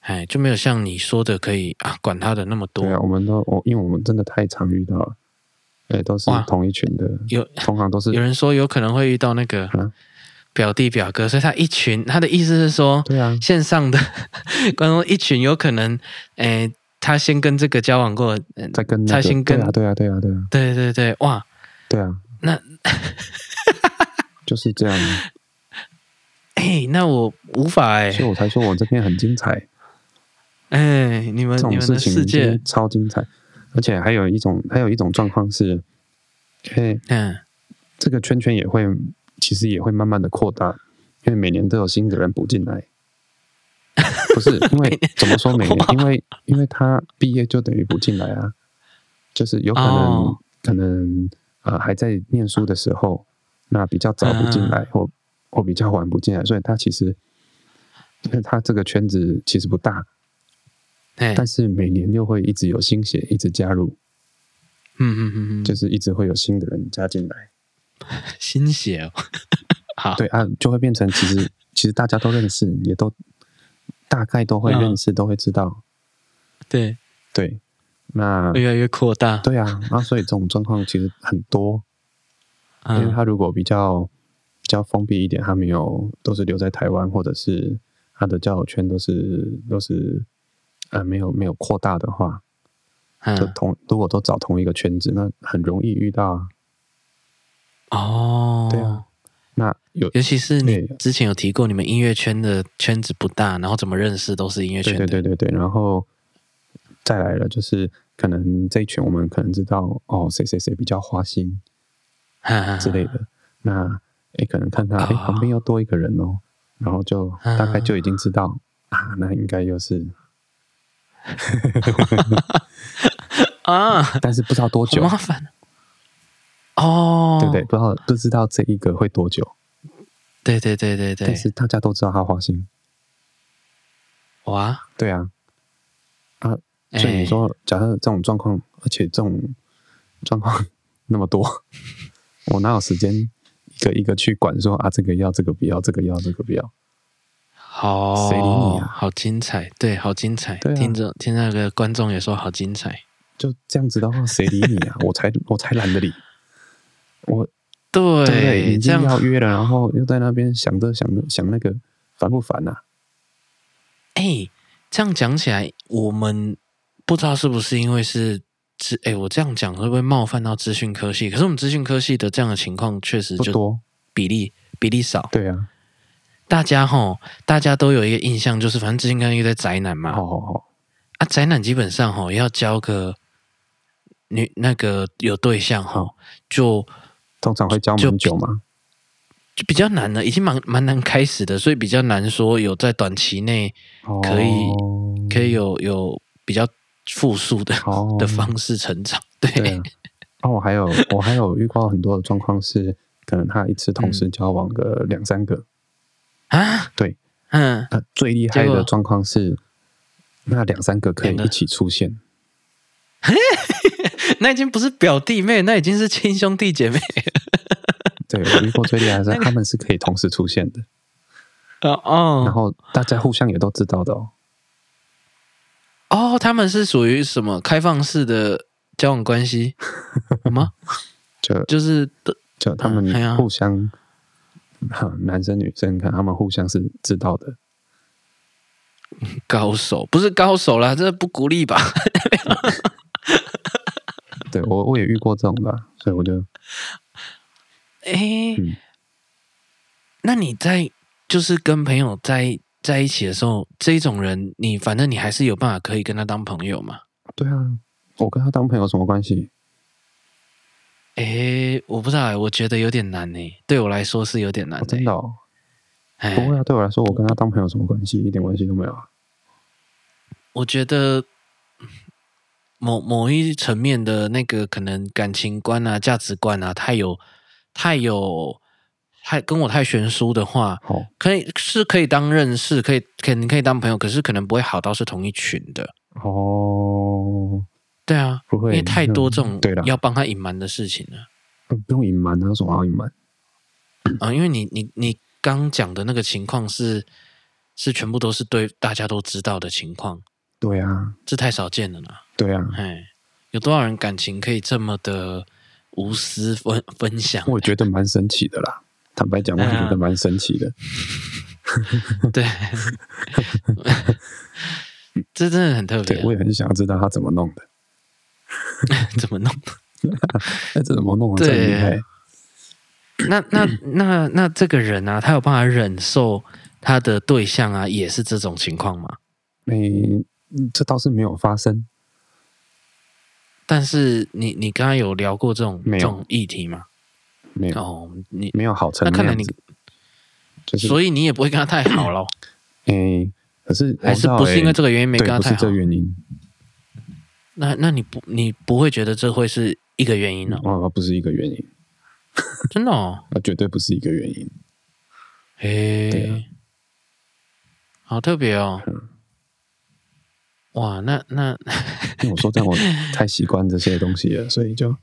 哎，就没有像你说的可以啊管他的那么多对。啊，我们都我因为我们真的太常遇到了，哎，都是哇同一群的，有通常都是有人说有可能会遇到那个嗯表弟表哥，所以他一群，他的意思是说，对啊，线上的 *laughs* 观众一群有可能，诶、他先跟这个交往过，嗯、在跟那蔡个兴对跟啊，对啊，对啊，对啊，对对对，哇，对啊，那 *laughs* 就是这样，哎、那我无法哎、所以我才说我这边很精 *laughs* 彩，哎、你们这你们种事的情世真界的，超精彩，而且还有一种还有一种状况是，哎，嗯，这个圈圈也会其实也会慢慢的扩大，因为每年都有新的人补进来，不是因为怎么说没？因为因为他毕业就等于不进来啊，就是有可能、哦可能呃还在念书的时候，那比较早不进来，或或比较晚不进来，所以他其实因为他这个圈子其实不大，哎，但是每年又会一直有新血一直加入，嗯嗯嗯嗯，就是一直会有新的人加进来，新血哦，好，对啊，就会变成其实其实大家都认识，也都大概都嗯会认识，都会知道，对，对，那。越来越扩大，对啊，那所以这种状况其实很多，因为嗯他如果比较比较封闭一点，他没有都是留在台湾，或者是他的交友圈都是都是呃没有没有扩大的话，就嗯，同如果都找同一个圈子，那很容易遇到啊。哦，对啊，那有尤其是你对啊之前有提过，你们音乐圈的圈子不大，然后怎么认识都是音乐对圈对的，对对对，然后再来了就是可能这一群我们可能知道哦谁谁谁比较花心哈哈哈之类的，那诶可能看他诶啊旁边又多一个人哦，然后就嗯大概就已经知道啊，那应该又是啊，好但是不知道多 *laughs* 久，麻烦哦，对不对？不知道不知道这一个会多久，对对对对对但是大家都知道他花心，哇，对啊，呃所哎以你说，假设这种状况，而且这种状况 *laughs* 那么多，我哪有时间一个一个去管说啊这个要这个不要这个要这个不要？好，谁理你啊好精彩，对，好精彩，对啊听着听那个观众也说好精彩，就这样子的话，谁理你啊？我才我才懒 *laughs* 得理，我对，对不对？已这经样要约了，然后又在那边想这想那想那个，烦不烦啊？哎、这样讲起来，我们不知道是不是因为是资，哎、我这样讲会不会冒犯到资讯科系？可是我们资讯科系的这样的情况确实不就多，比例比例少。对啊，大家吼，大家都有一个印象，就是反正资讯科系在宅男嘛，好好好，啊，宅男基本上吼要交个女那个有对象吼，就通常会交蛮久嘛，就比较难了，已经蛮蛮难开始的，所以比较难说有在短期内可以哦可以有有比较复数的、哦的方式成长，对啊，哦，我还 *laughs* 有我还有遇到很多的状况是，可能他一次同时交往嗯个两三个，啊，对，嗯，呃，最厉害结果的状况是，那两三个可以两个一起出现，那已经不是表弟妹，那已经是亲兄弟 *laughs* 姐妹对我遇过最厉害的 *laughs* 是，他们是可以同时出现的，哦然哦后大家互相也都知道的哦，哦，他们是属于什么开放式的交往关 *laughs* 系吗？就就是的就他们嗯哎呀互相，哈男生女生看他们互相是知道的，高手，不是高手啦，这不鼓励吧？对我我也遇过这种的啊，所以我就哎、嗯那你在就是跟朋友在在一起的时候，这种人你反正你还是有办法可以跟他当朋友嘛？对啊，我跟他当朋友什么关系？哎、我不知道、欸，我觉得有点难呢、对我来说是有点难、哦真的、哦。哎、不会啊，对我来说，我跟他当朋友有什么关系？一点关系都没有啊。我觉得嗯某某一层面的那个可能感情观啊、价值观啊，太有太有太跟我太悬殊的话，好、可以是可以当认识，可以可你可以当朋友，可是可能不会好到是同一群的。哦，对啊，不因会，为太多这种嗯对啦，要帮他隐瞒的事情了不用隐瞒啊，有什么好隐瞒？啊、因为你你你刚讲的那个情况是是全部都是对大家都知道的情况，对啊，这太少见了啦。对啊，哎，有多少人感情可以这么的无私分分享？ *laughs* 我觉得蛮神奇的啦。坦白讲，我哎呀觉得蛮神奇的。对， *laughs* 这真的很特别对，我也很想要知道他怎么弄的。啊，怎么弄？哎，这怎么弄啊？这对很厉害。那那那那这个人啊，他有办法忍受他的对象啊，也是这种情况吗？诶，嗯这倒是没有发生。但是你你刚刚有聊过这种没这有种议题吗？没有，哦，你没有好成那看来样你子。就是，所以你也不会跟他太好咯。诶，可是还是不是因为这个原因没欸哎对，跟他不太是好这？原因那那你不你不会觉得这会是一个原因哦？啊，不是一个原因真的哦，啊，绝对不是一个原因。诶、对啊嗯好特别哦。哇，那那因为我说真的，我太习惯这些东西了，所以就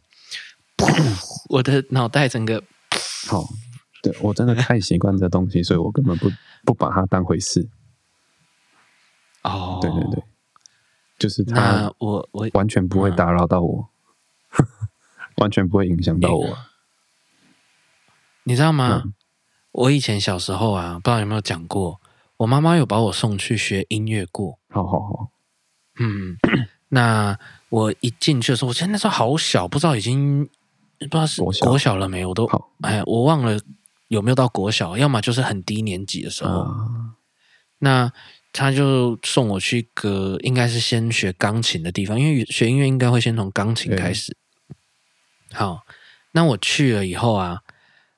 我的脑袋整个好。对我真的太习惯这东西，所以我根本不不把它当回事。哦，对对对，就是它那嗯我我完全不会打扰到我， *laughs* 完全不会影响到我。你知道吗？嗯我以前小时候啊，不知道有没有讲过，我妈妈有把我送去学音乐过。好好好，嗯，那我一进去的时候，我记得那时候好小，不知道已经不知道是国小国小了没，我都好哎，我忘了有没有到国小，要么就是很低年级的时候。啊，那他就送我去一个应该是先学钢琴的地方，因为学音乐应该会先从钢琴开始。好，那我去了以后啊，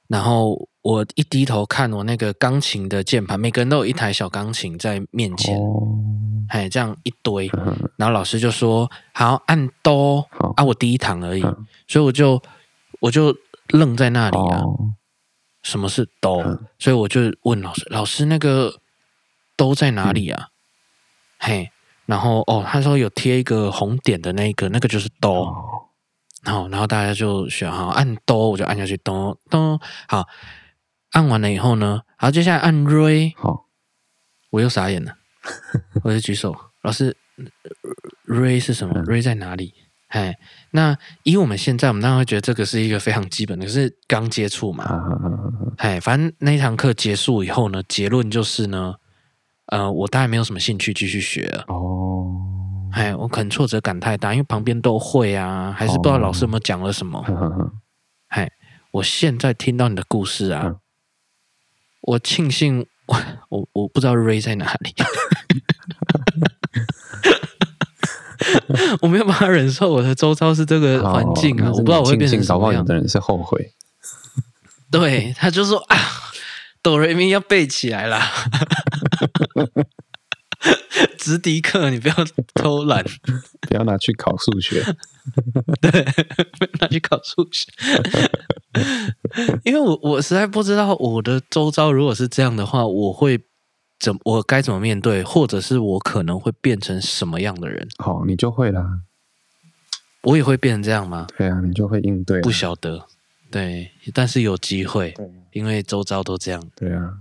然后我一低头看我那个钢琴的键盘，每个人都有一台小钢琴在面前，哦，哎，这样一堆，嗯然后老师就说：“好，按哆好啊！”我第一堂而已，嗯所以我就我就愣在那里啊，哦，什么是兜嗯？所以我就问老师，老师那个兜在哪里嗯啊？嘿，然后哦，他说有贴一个红点的那个，那个就是兜。哦，然后，然后大家就选好按兜，我就按下去，咚咚。好，按完了以后呢，好，接下来按 re，好，我又傻 *laughs* 眼了，我就举手，老师呃，re 是什么嗯？re 在哪里？嘿，那以我们现在，我们当然会觉得这个是一个非常基本的，可是刚接触嘛，啊啊啊啊哎，反正那一堂课结束以后呢，结论就是呢，呃，我大概没有什么兴趣继续学了。啊哦，哎，我可能挫折感太大，因为旁边都会啊，还是不知道老师有没有讲了什么。哈哈哈我现在听到你的故事啊，嗯我庆幸 *laughs* 我我我不知道 Ray 在哪 *laughs* 里， *laughs* 我没有办法忍受我的周遭是这个环境啊，好我不知道我会变哦成庆幸什搞不么好有样。的人是后悔，对，他就说啊，哆瑞咪要背起来啦。 *laughs* 直笛课，你不要偷懒，不要拿去考数学。 *laughs* 拿去考数学。因为我我实在不知道我的周遭如果是这样的话，我会怎我该怎么面对，或者是我可能会变成什么样的人？好，你就会啦。我也会变成这样吗？对啊，你就会应对啦。不晓得。对，但是有机会，对啊因为周遭都这样。对啊，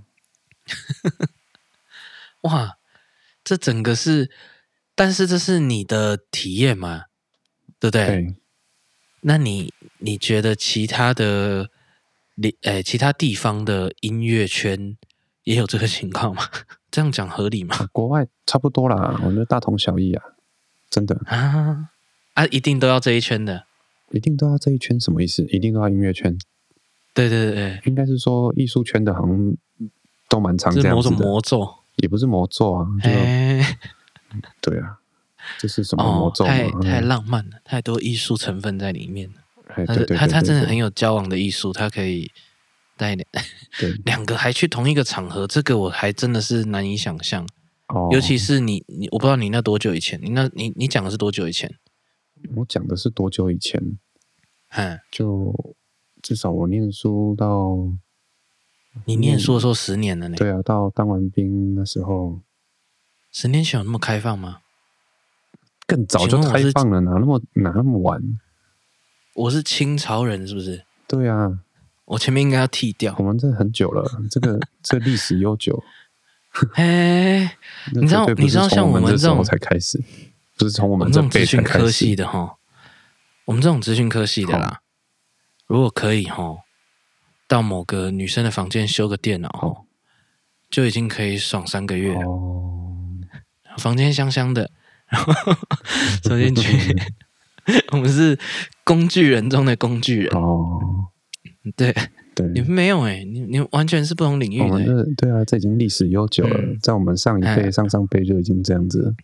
哇，这整个是，但是这是你的体验嘛，对不对？对，那你你觉得其他的，你诶，其他地方的音乐圈也有这个情况吗？ *laughs* 这样讲合理吗？啊国外差不多啦，我觉得大同小异啊，真的，啊啊，一定都要这一圈的。一定都要这一圈什么意思？一定都要音乐圈？对对对应该是说艺术圈的，好像都蛮常对，这这样某子种的，魔咒。也不是魔咒啊，就哎、对啊，这是什么魔哦，咒嘛？太太嗯浪漫了，太多艺术成分在里面了。哎，他对对，他他真的很有有交往的艺术，他可以带点。 *laughs* 对 *laughs* 两个还去同一个场合，这个我还真的是难以想象。哦，尤其是你，你我不知道你那多久以前，你那你你讲的是多久以前？我讲的是多久以前？嗯，就至少我念书到你念书的时候十年了呢，对啊，到当完兵那时候十年前有那么开放吗？更早就请问我开是放了，哪那么哪那么晚？我是清朝人是不是？对啊，我前面应该要剃掉 *laughs* 我。们这很久了，*laughs* 这个这历史悠久，哎，那你知道绝对不是你知道像从我我们这时候这种才开始，不是从我我们们这这种辈资才讯开科始系的哈，我们这种资讯科系的啦，如果可以哈，到某个女生的房间修个电脑哈好，就已经可以爽三个月了。哦，房间香香的， *laughs* 然后走进 *laughs* 去，我们是工具人中的工具人，哦， *laughs* 对对你，们没有哎、你你们完全是不同领域我们的欸、这对啊，这已经历史悠久了，嗯在我们上一辈、哎上上辈就已经这样子了，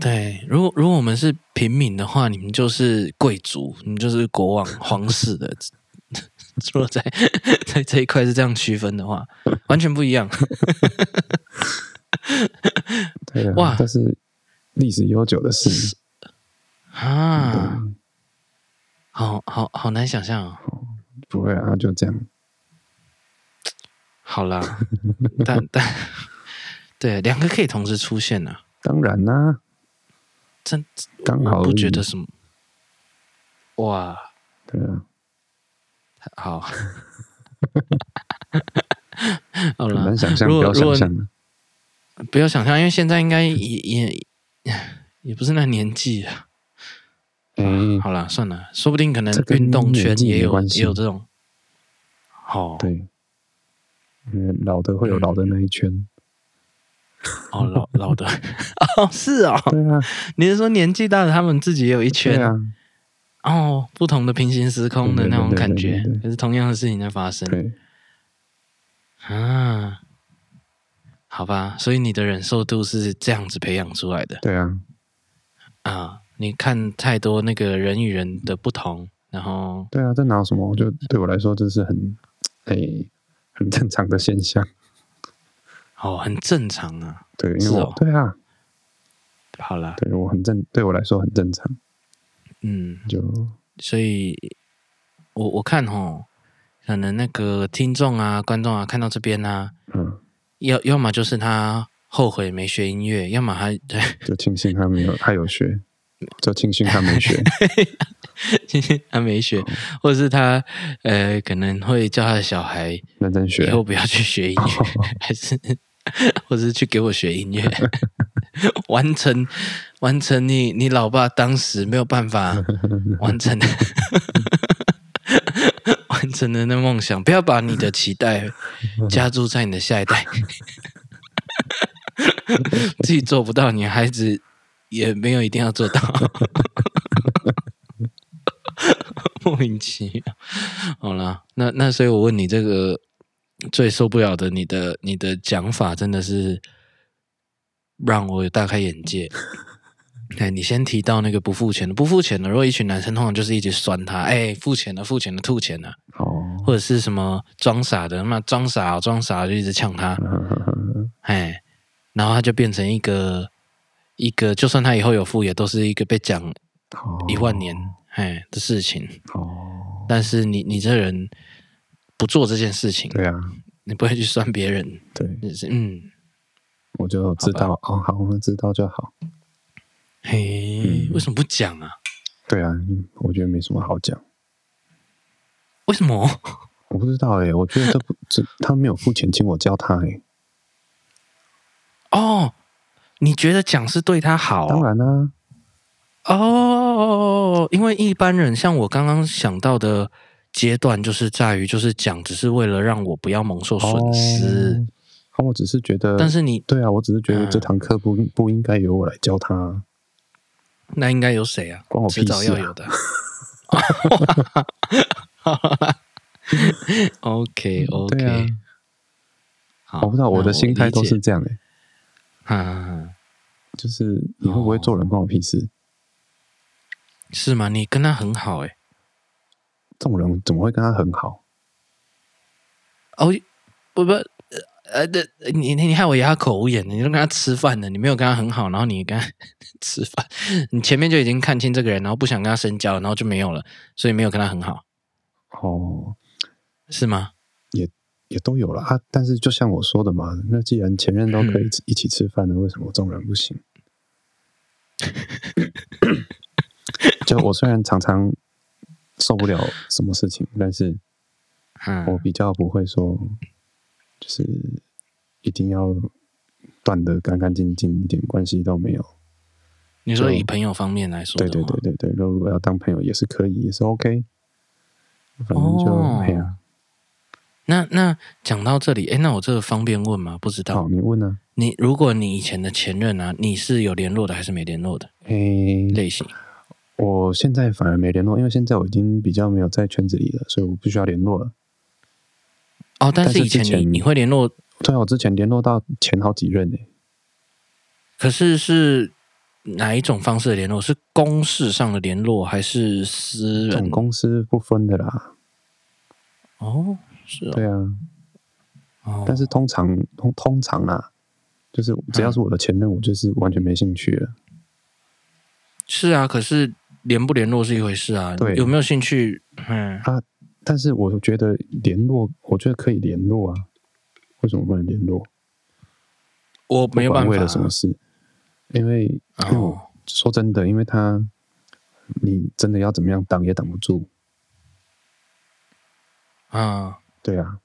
对，如果如果我们是平民的话，你们就是贵族，你们就是国王、皇室的。 *laughs* 如果在在这一块是这样区分的话，完全不一样。对啊，哇这是历史悠久的事啊，嗯好好好难想象、哦。不会啊，就这样。好啦，但但对两个可以同时出现呢、啊，当然啦、真刚好我而不已觉得什么。哇，对啊，好， *laughs* 好很啦难，想象，如不果如要果想象啊。不要想象，因为现在应该也也也不是那年纪啊。哎、好啦，算了，说不定可能这跟运动圈年纪也没有关系也有这种。好、哦，对，因为老的嗯会有老的那一圈。哦，老老的， *laughs* 哦，是哦，对啊，你是说年纪大的他们自己也有一对圈、啊，哦，不同的平行时空的对对那种对对感对觉对对，可是同样的事情在发生对，啊。好吧，所以你的忍受度是这样子培养出来的对啊，啊。你看太多那个人与人的不同，然后对啊，这哪有什么？嗯就对我来说，这是很，哎、很正常的现象。哦，很正常啊。对，因为是我、哦对啊，好啦，对我很正，对我来说很正常。嗯，就所以我我看吼，可能那个听众啊、观众啊，看到这边啊，嗯，要要么就是他后悔没学音乐，要么他 *laughs* 就庆幸他没有，他有学，就庆幸他没 *laughs* 学。今天他没学，或者是他呃，可能会叫他的小孩认真以学。后不要去学音乐，还是或者是去给我学音乐， *laughs* 完成完成你你老爸当时没有办法完成的完成的那梦想，不要把你的期待加注在你的下一代，自己做不到，你的孩子也没有一定要做到。 *laughs* 莫名其妙。好啦，那那所以我问你，这个最受不了的，你的你的讲法真的是让我有大开眼界。哎，你先提到那个不付钱的，不付钱的，如果一群男生通常就是一直酸他，哎，付钱了，付钱了，吐钱了，哦，或者是什么装傻的，他妈装傻、装傻就一直呛他，哎，然后他就变成一个一个，就算他以后有付，也都是一个被讲一万年哎的事情。哦，但是你你这人不做这件事情，对啊，你不会去酸别人，对，就是嗯，我就知道哦，好，我知道就好。嘿，嗯为什么不讲啊？对啊，我觉得没什么好讲。为什么？我不知道哎、我觉得这不这他没有付钱请我教他哎、哦，你觉得讲是对他好当哦、然啦、哦？因为一般人像我刚刚想到的阶段，就是在于就是讲只是为了让我不要蒙受损失，哦，我只是觉得，但是你对啊，我只是觉得嗯这堂课不不应该由我来教他，那应该有谁啊？关我迟屁早事要啊！有的。OK 对 OK，、好，啊，我不知道我那的心态都理解是这样哎、啊，就是你会不哦会做人关我屁事，是吗？你跟他很好哎、这种人怎么会跟他很好？哦，不不，呃，对，你你你害我哑口无言了。你都跟他吃饭了，你没有跟他很好，然后你跟他 *laughs* 吃饭，你前面就已经看清这个人，然后不想跟他深交，然后就没有了，所以没有跟他很好，哦，是吗？也都有了啊。但是就像我说的嘛，那既然前任都可以嗯一起吃饭了，为什么这种人 *laughs* 不行？就我虽然常常受不了什么事情，但是我嗯，比较不会说，就是一定要断得干干净净，一点关系都没有。你说就以朋友方面来说的对话，对对对对，如果要当朋友也是可以，也是 OK。反正就哦哎呀，那那讲到这里，哎，那我这个方便问吗？不知道，好，你问啊，你如果你以前的前任啊，你是有联络的还是没联络的诶，类型？我现在反而没联络，因为现在我已经比较没有在圈子里了，所以我不需要联络了。哦，但但是是以前之你前你会联络，对啊，我之前联络到前好几任呢、可是是哪一种方式的联络？是公事上的联络，还是私这种人？公司不分的啦。哦，是哦，对啊，哦但是通常通通常啦，啊就是只嗯要是我的前任，我就是完全没兴趣了。是啊，可是联不联络是一回事啊，对有没有兴趣？嗯，啊，但是我觉得联络，我觉得可以联络啊。为什么不能联络？我没有不办法啊管为了什么事？因为，因为我哦，说真的，因为他，你真的要怎么样挡也挡不住。啊，对啊，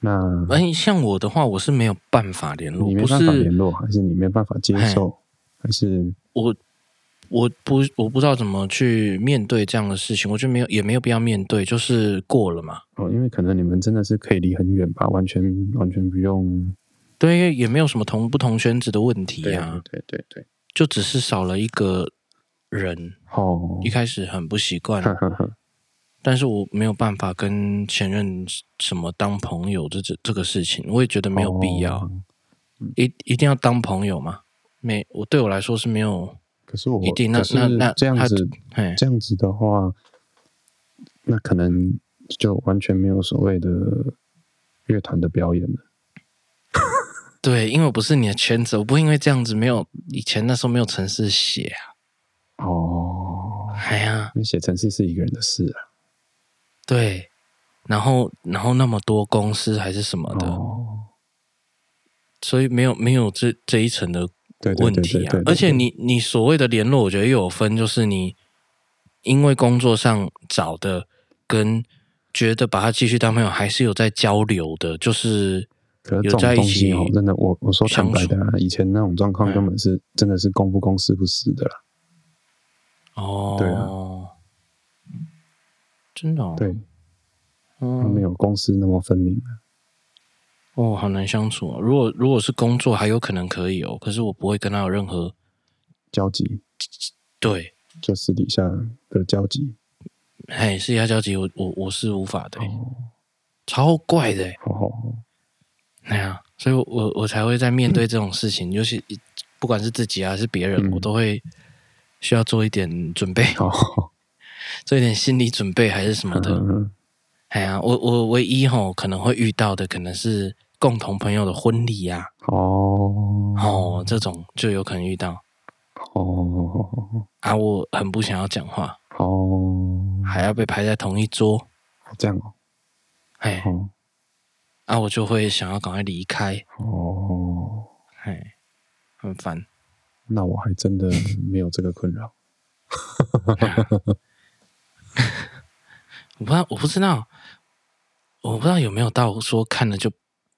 那哎，像我的话，我是没有办法联络，你没不办法联是哎络，还是你没办法接受，还是我，我不我不知道怎么去面对这样的事情，我就没有也没有必要面对，就是过了嘛。哦？因为可能你们真的是可以离很远吧，完全完全不用。对，因为也没有什么同不同圈子的问题对啊，对对对，就只是少了一个人，哦一，开始很不习惯，哈哈 *laughs* 哈，但是我没有办法跟前任什么当朋友这这这个事情，我也觉得没有必要，哦一一定要当朋友吗？没，我对我来说是没有可是我一定。那可是那那这样他子，嘿，这样子的话，那可能就完全没有所谓的乐团的表演了。对，因为我不是你的圈子，我不会因为这样子没有以前那时候没有城市写啊，哦，哎呀，因为写程式是一个人的事啊。对，然后然后那么多公司还是什么的，哦，所以没有没有这这一层的对对问对题对啊对。。对而且你你所谓的联络，我觉得又有分，就是你因为工作上找的，跟觉得把他继续当朋友，还是有在交流的，就是可是这有在种一东西起哦，真的，我我说坦白的啊，以前那种状况嗯根本是真的是公不公私不私的啦。哦，对啊真的、哦，对，它没嗯，有公私那么分明啊。哦，好难相处、哦。如果如果是工作，还有可能可以哦，可是我不会跟他有任何交集，对，就私底下的交集。哎，私下交集，我我我是无法的、欸哦，超怪的、欸好好好，哎呀，所以我我我才会在面对这种事情，尤其不管是自己啊还是别人，嗯我都会需要做一点准备， *laughs* 好好，做一点心理准备还是什么哦嗯的。嗯嗯哎呀，我我唯一吼可能会遇到的，可能是共同朋友的婚礼呀、嗯哦，啊，哦，这种就有可能遇到哦，啊。我很不想要讲话，哦，还要被排在同一桌，这样哦，哎，哦，啊，我就会想要赶快离开，哦，哎，很烦。那我还真的没有这个困扰。 *laughs* 我不知 *laughs* 道，我不知道，我不知道有没有到说看了就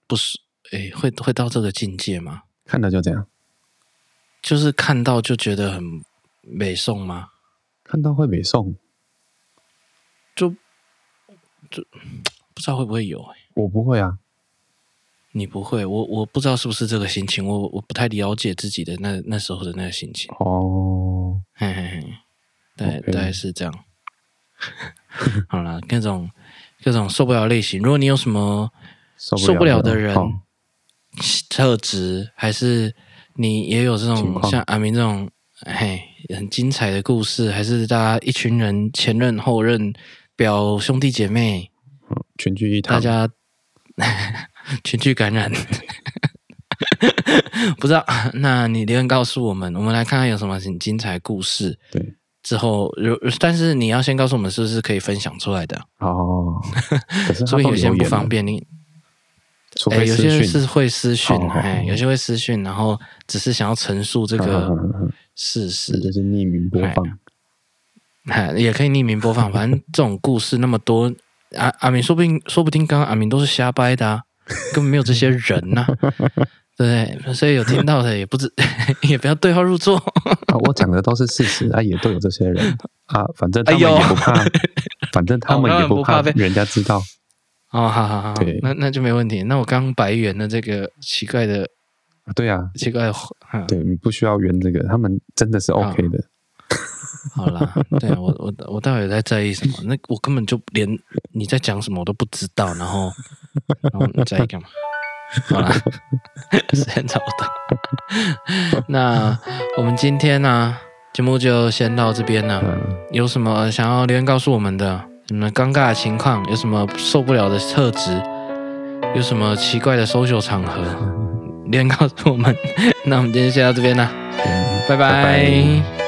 不是，诶，会会到这个境界吗？看到就这样，就是看到就觉得很美送吗？看到会北送，就就不知道会不会有、诶我不会啊。你不会，我我不知道是不是这个心情，我我不太了解自己的那那时候的那个心情，哦，嘿嘿嘿，对 OK 大概是这样。 *laughs* 好啦，各种各种受不了的类型，如果你有什么受受不了的人好特质，还是你也有这情种况像阿明这种嘿很精彩的故事，还是大家一群人前任后任表兄弟姐妹，嗯群聚一大堂，家 *laughs* 群聚感染， *laughs* 不知道？那你留言告诉我们，我们来看看有什么很精彩的故事。对，之后，如但是你要先告诉我们是不是可以分享出来的， *laughs* 哦，可是他所以都有些留不言方了，便。你除哎、非有私些讯是会私讯好，好哎、好有些会私讯，然后只是想要陈述这 *laughs* 嗯个嗯嗯嗯事那就实，是匿名播放，哎、也可以匿名播放。反正这种故事那么多，阿阿明说不定说不定刚刚阿明都是瞎掰的、啊，根本没有这些人 *laughs* 呐、对不对，所以有听到的也不止， *laughs* 也不要对号入座。啊，我讲的都是事实啊，也都有这些人啊，反正他们哎呦也 *laughs* 不怕，反正他们哦也他们不怕怕被人家知道。哦，好好好，对那那就没问题。那我刚白圆的这个奇怪的对啊，奇怪的话，嗯对你不需要圆这个，他们真的是啊 OK 的。好啦， *laughs* 对啊我我我到底在在意什么？那我根本就连你在讲什么我都不知道，然后然后你在意干嘛？好啦， *laughs* 时间差不多。那我们今天呢、节目就先到这边了。嗯，有什么想要留言告诉我们的？你们尴尬的情况，有什么受不了的特质，有什么奇怪的 social 场合， *laughs* 留言告诉我们。那我们今天先到这边啦，嗯拜拜拜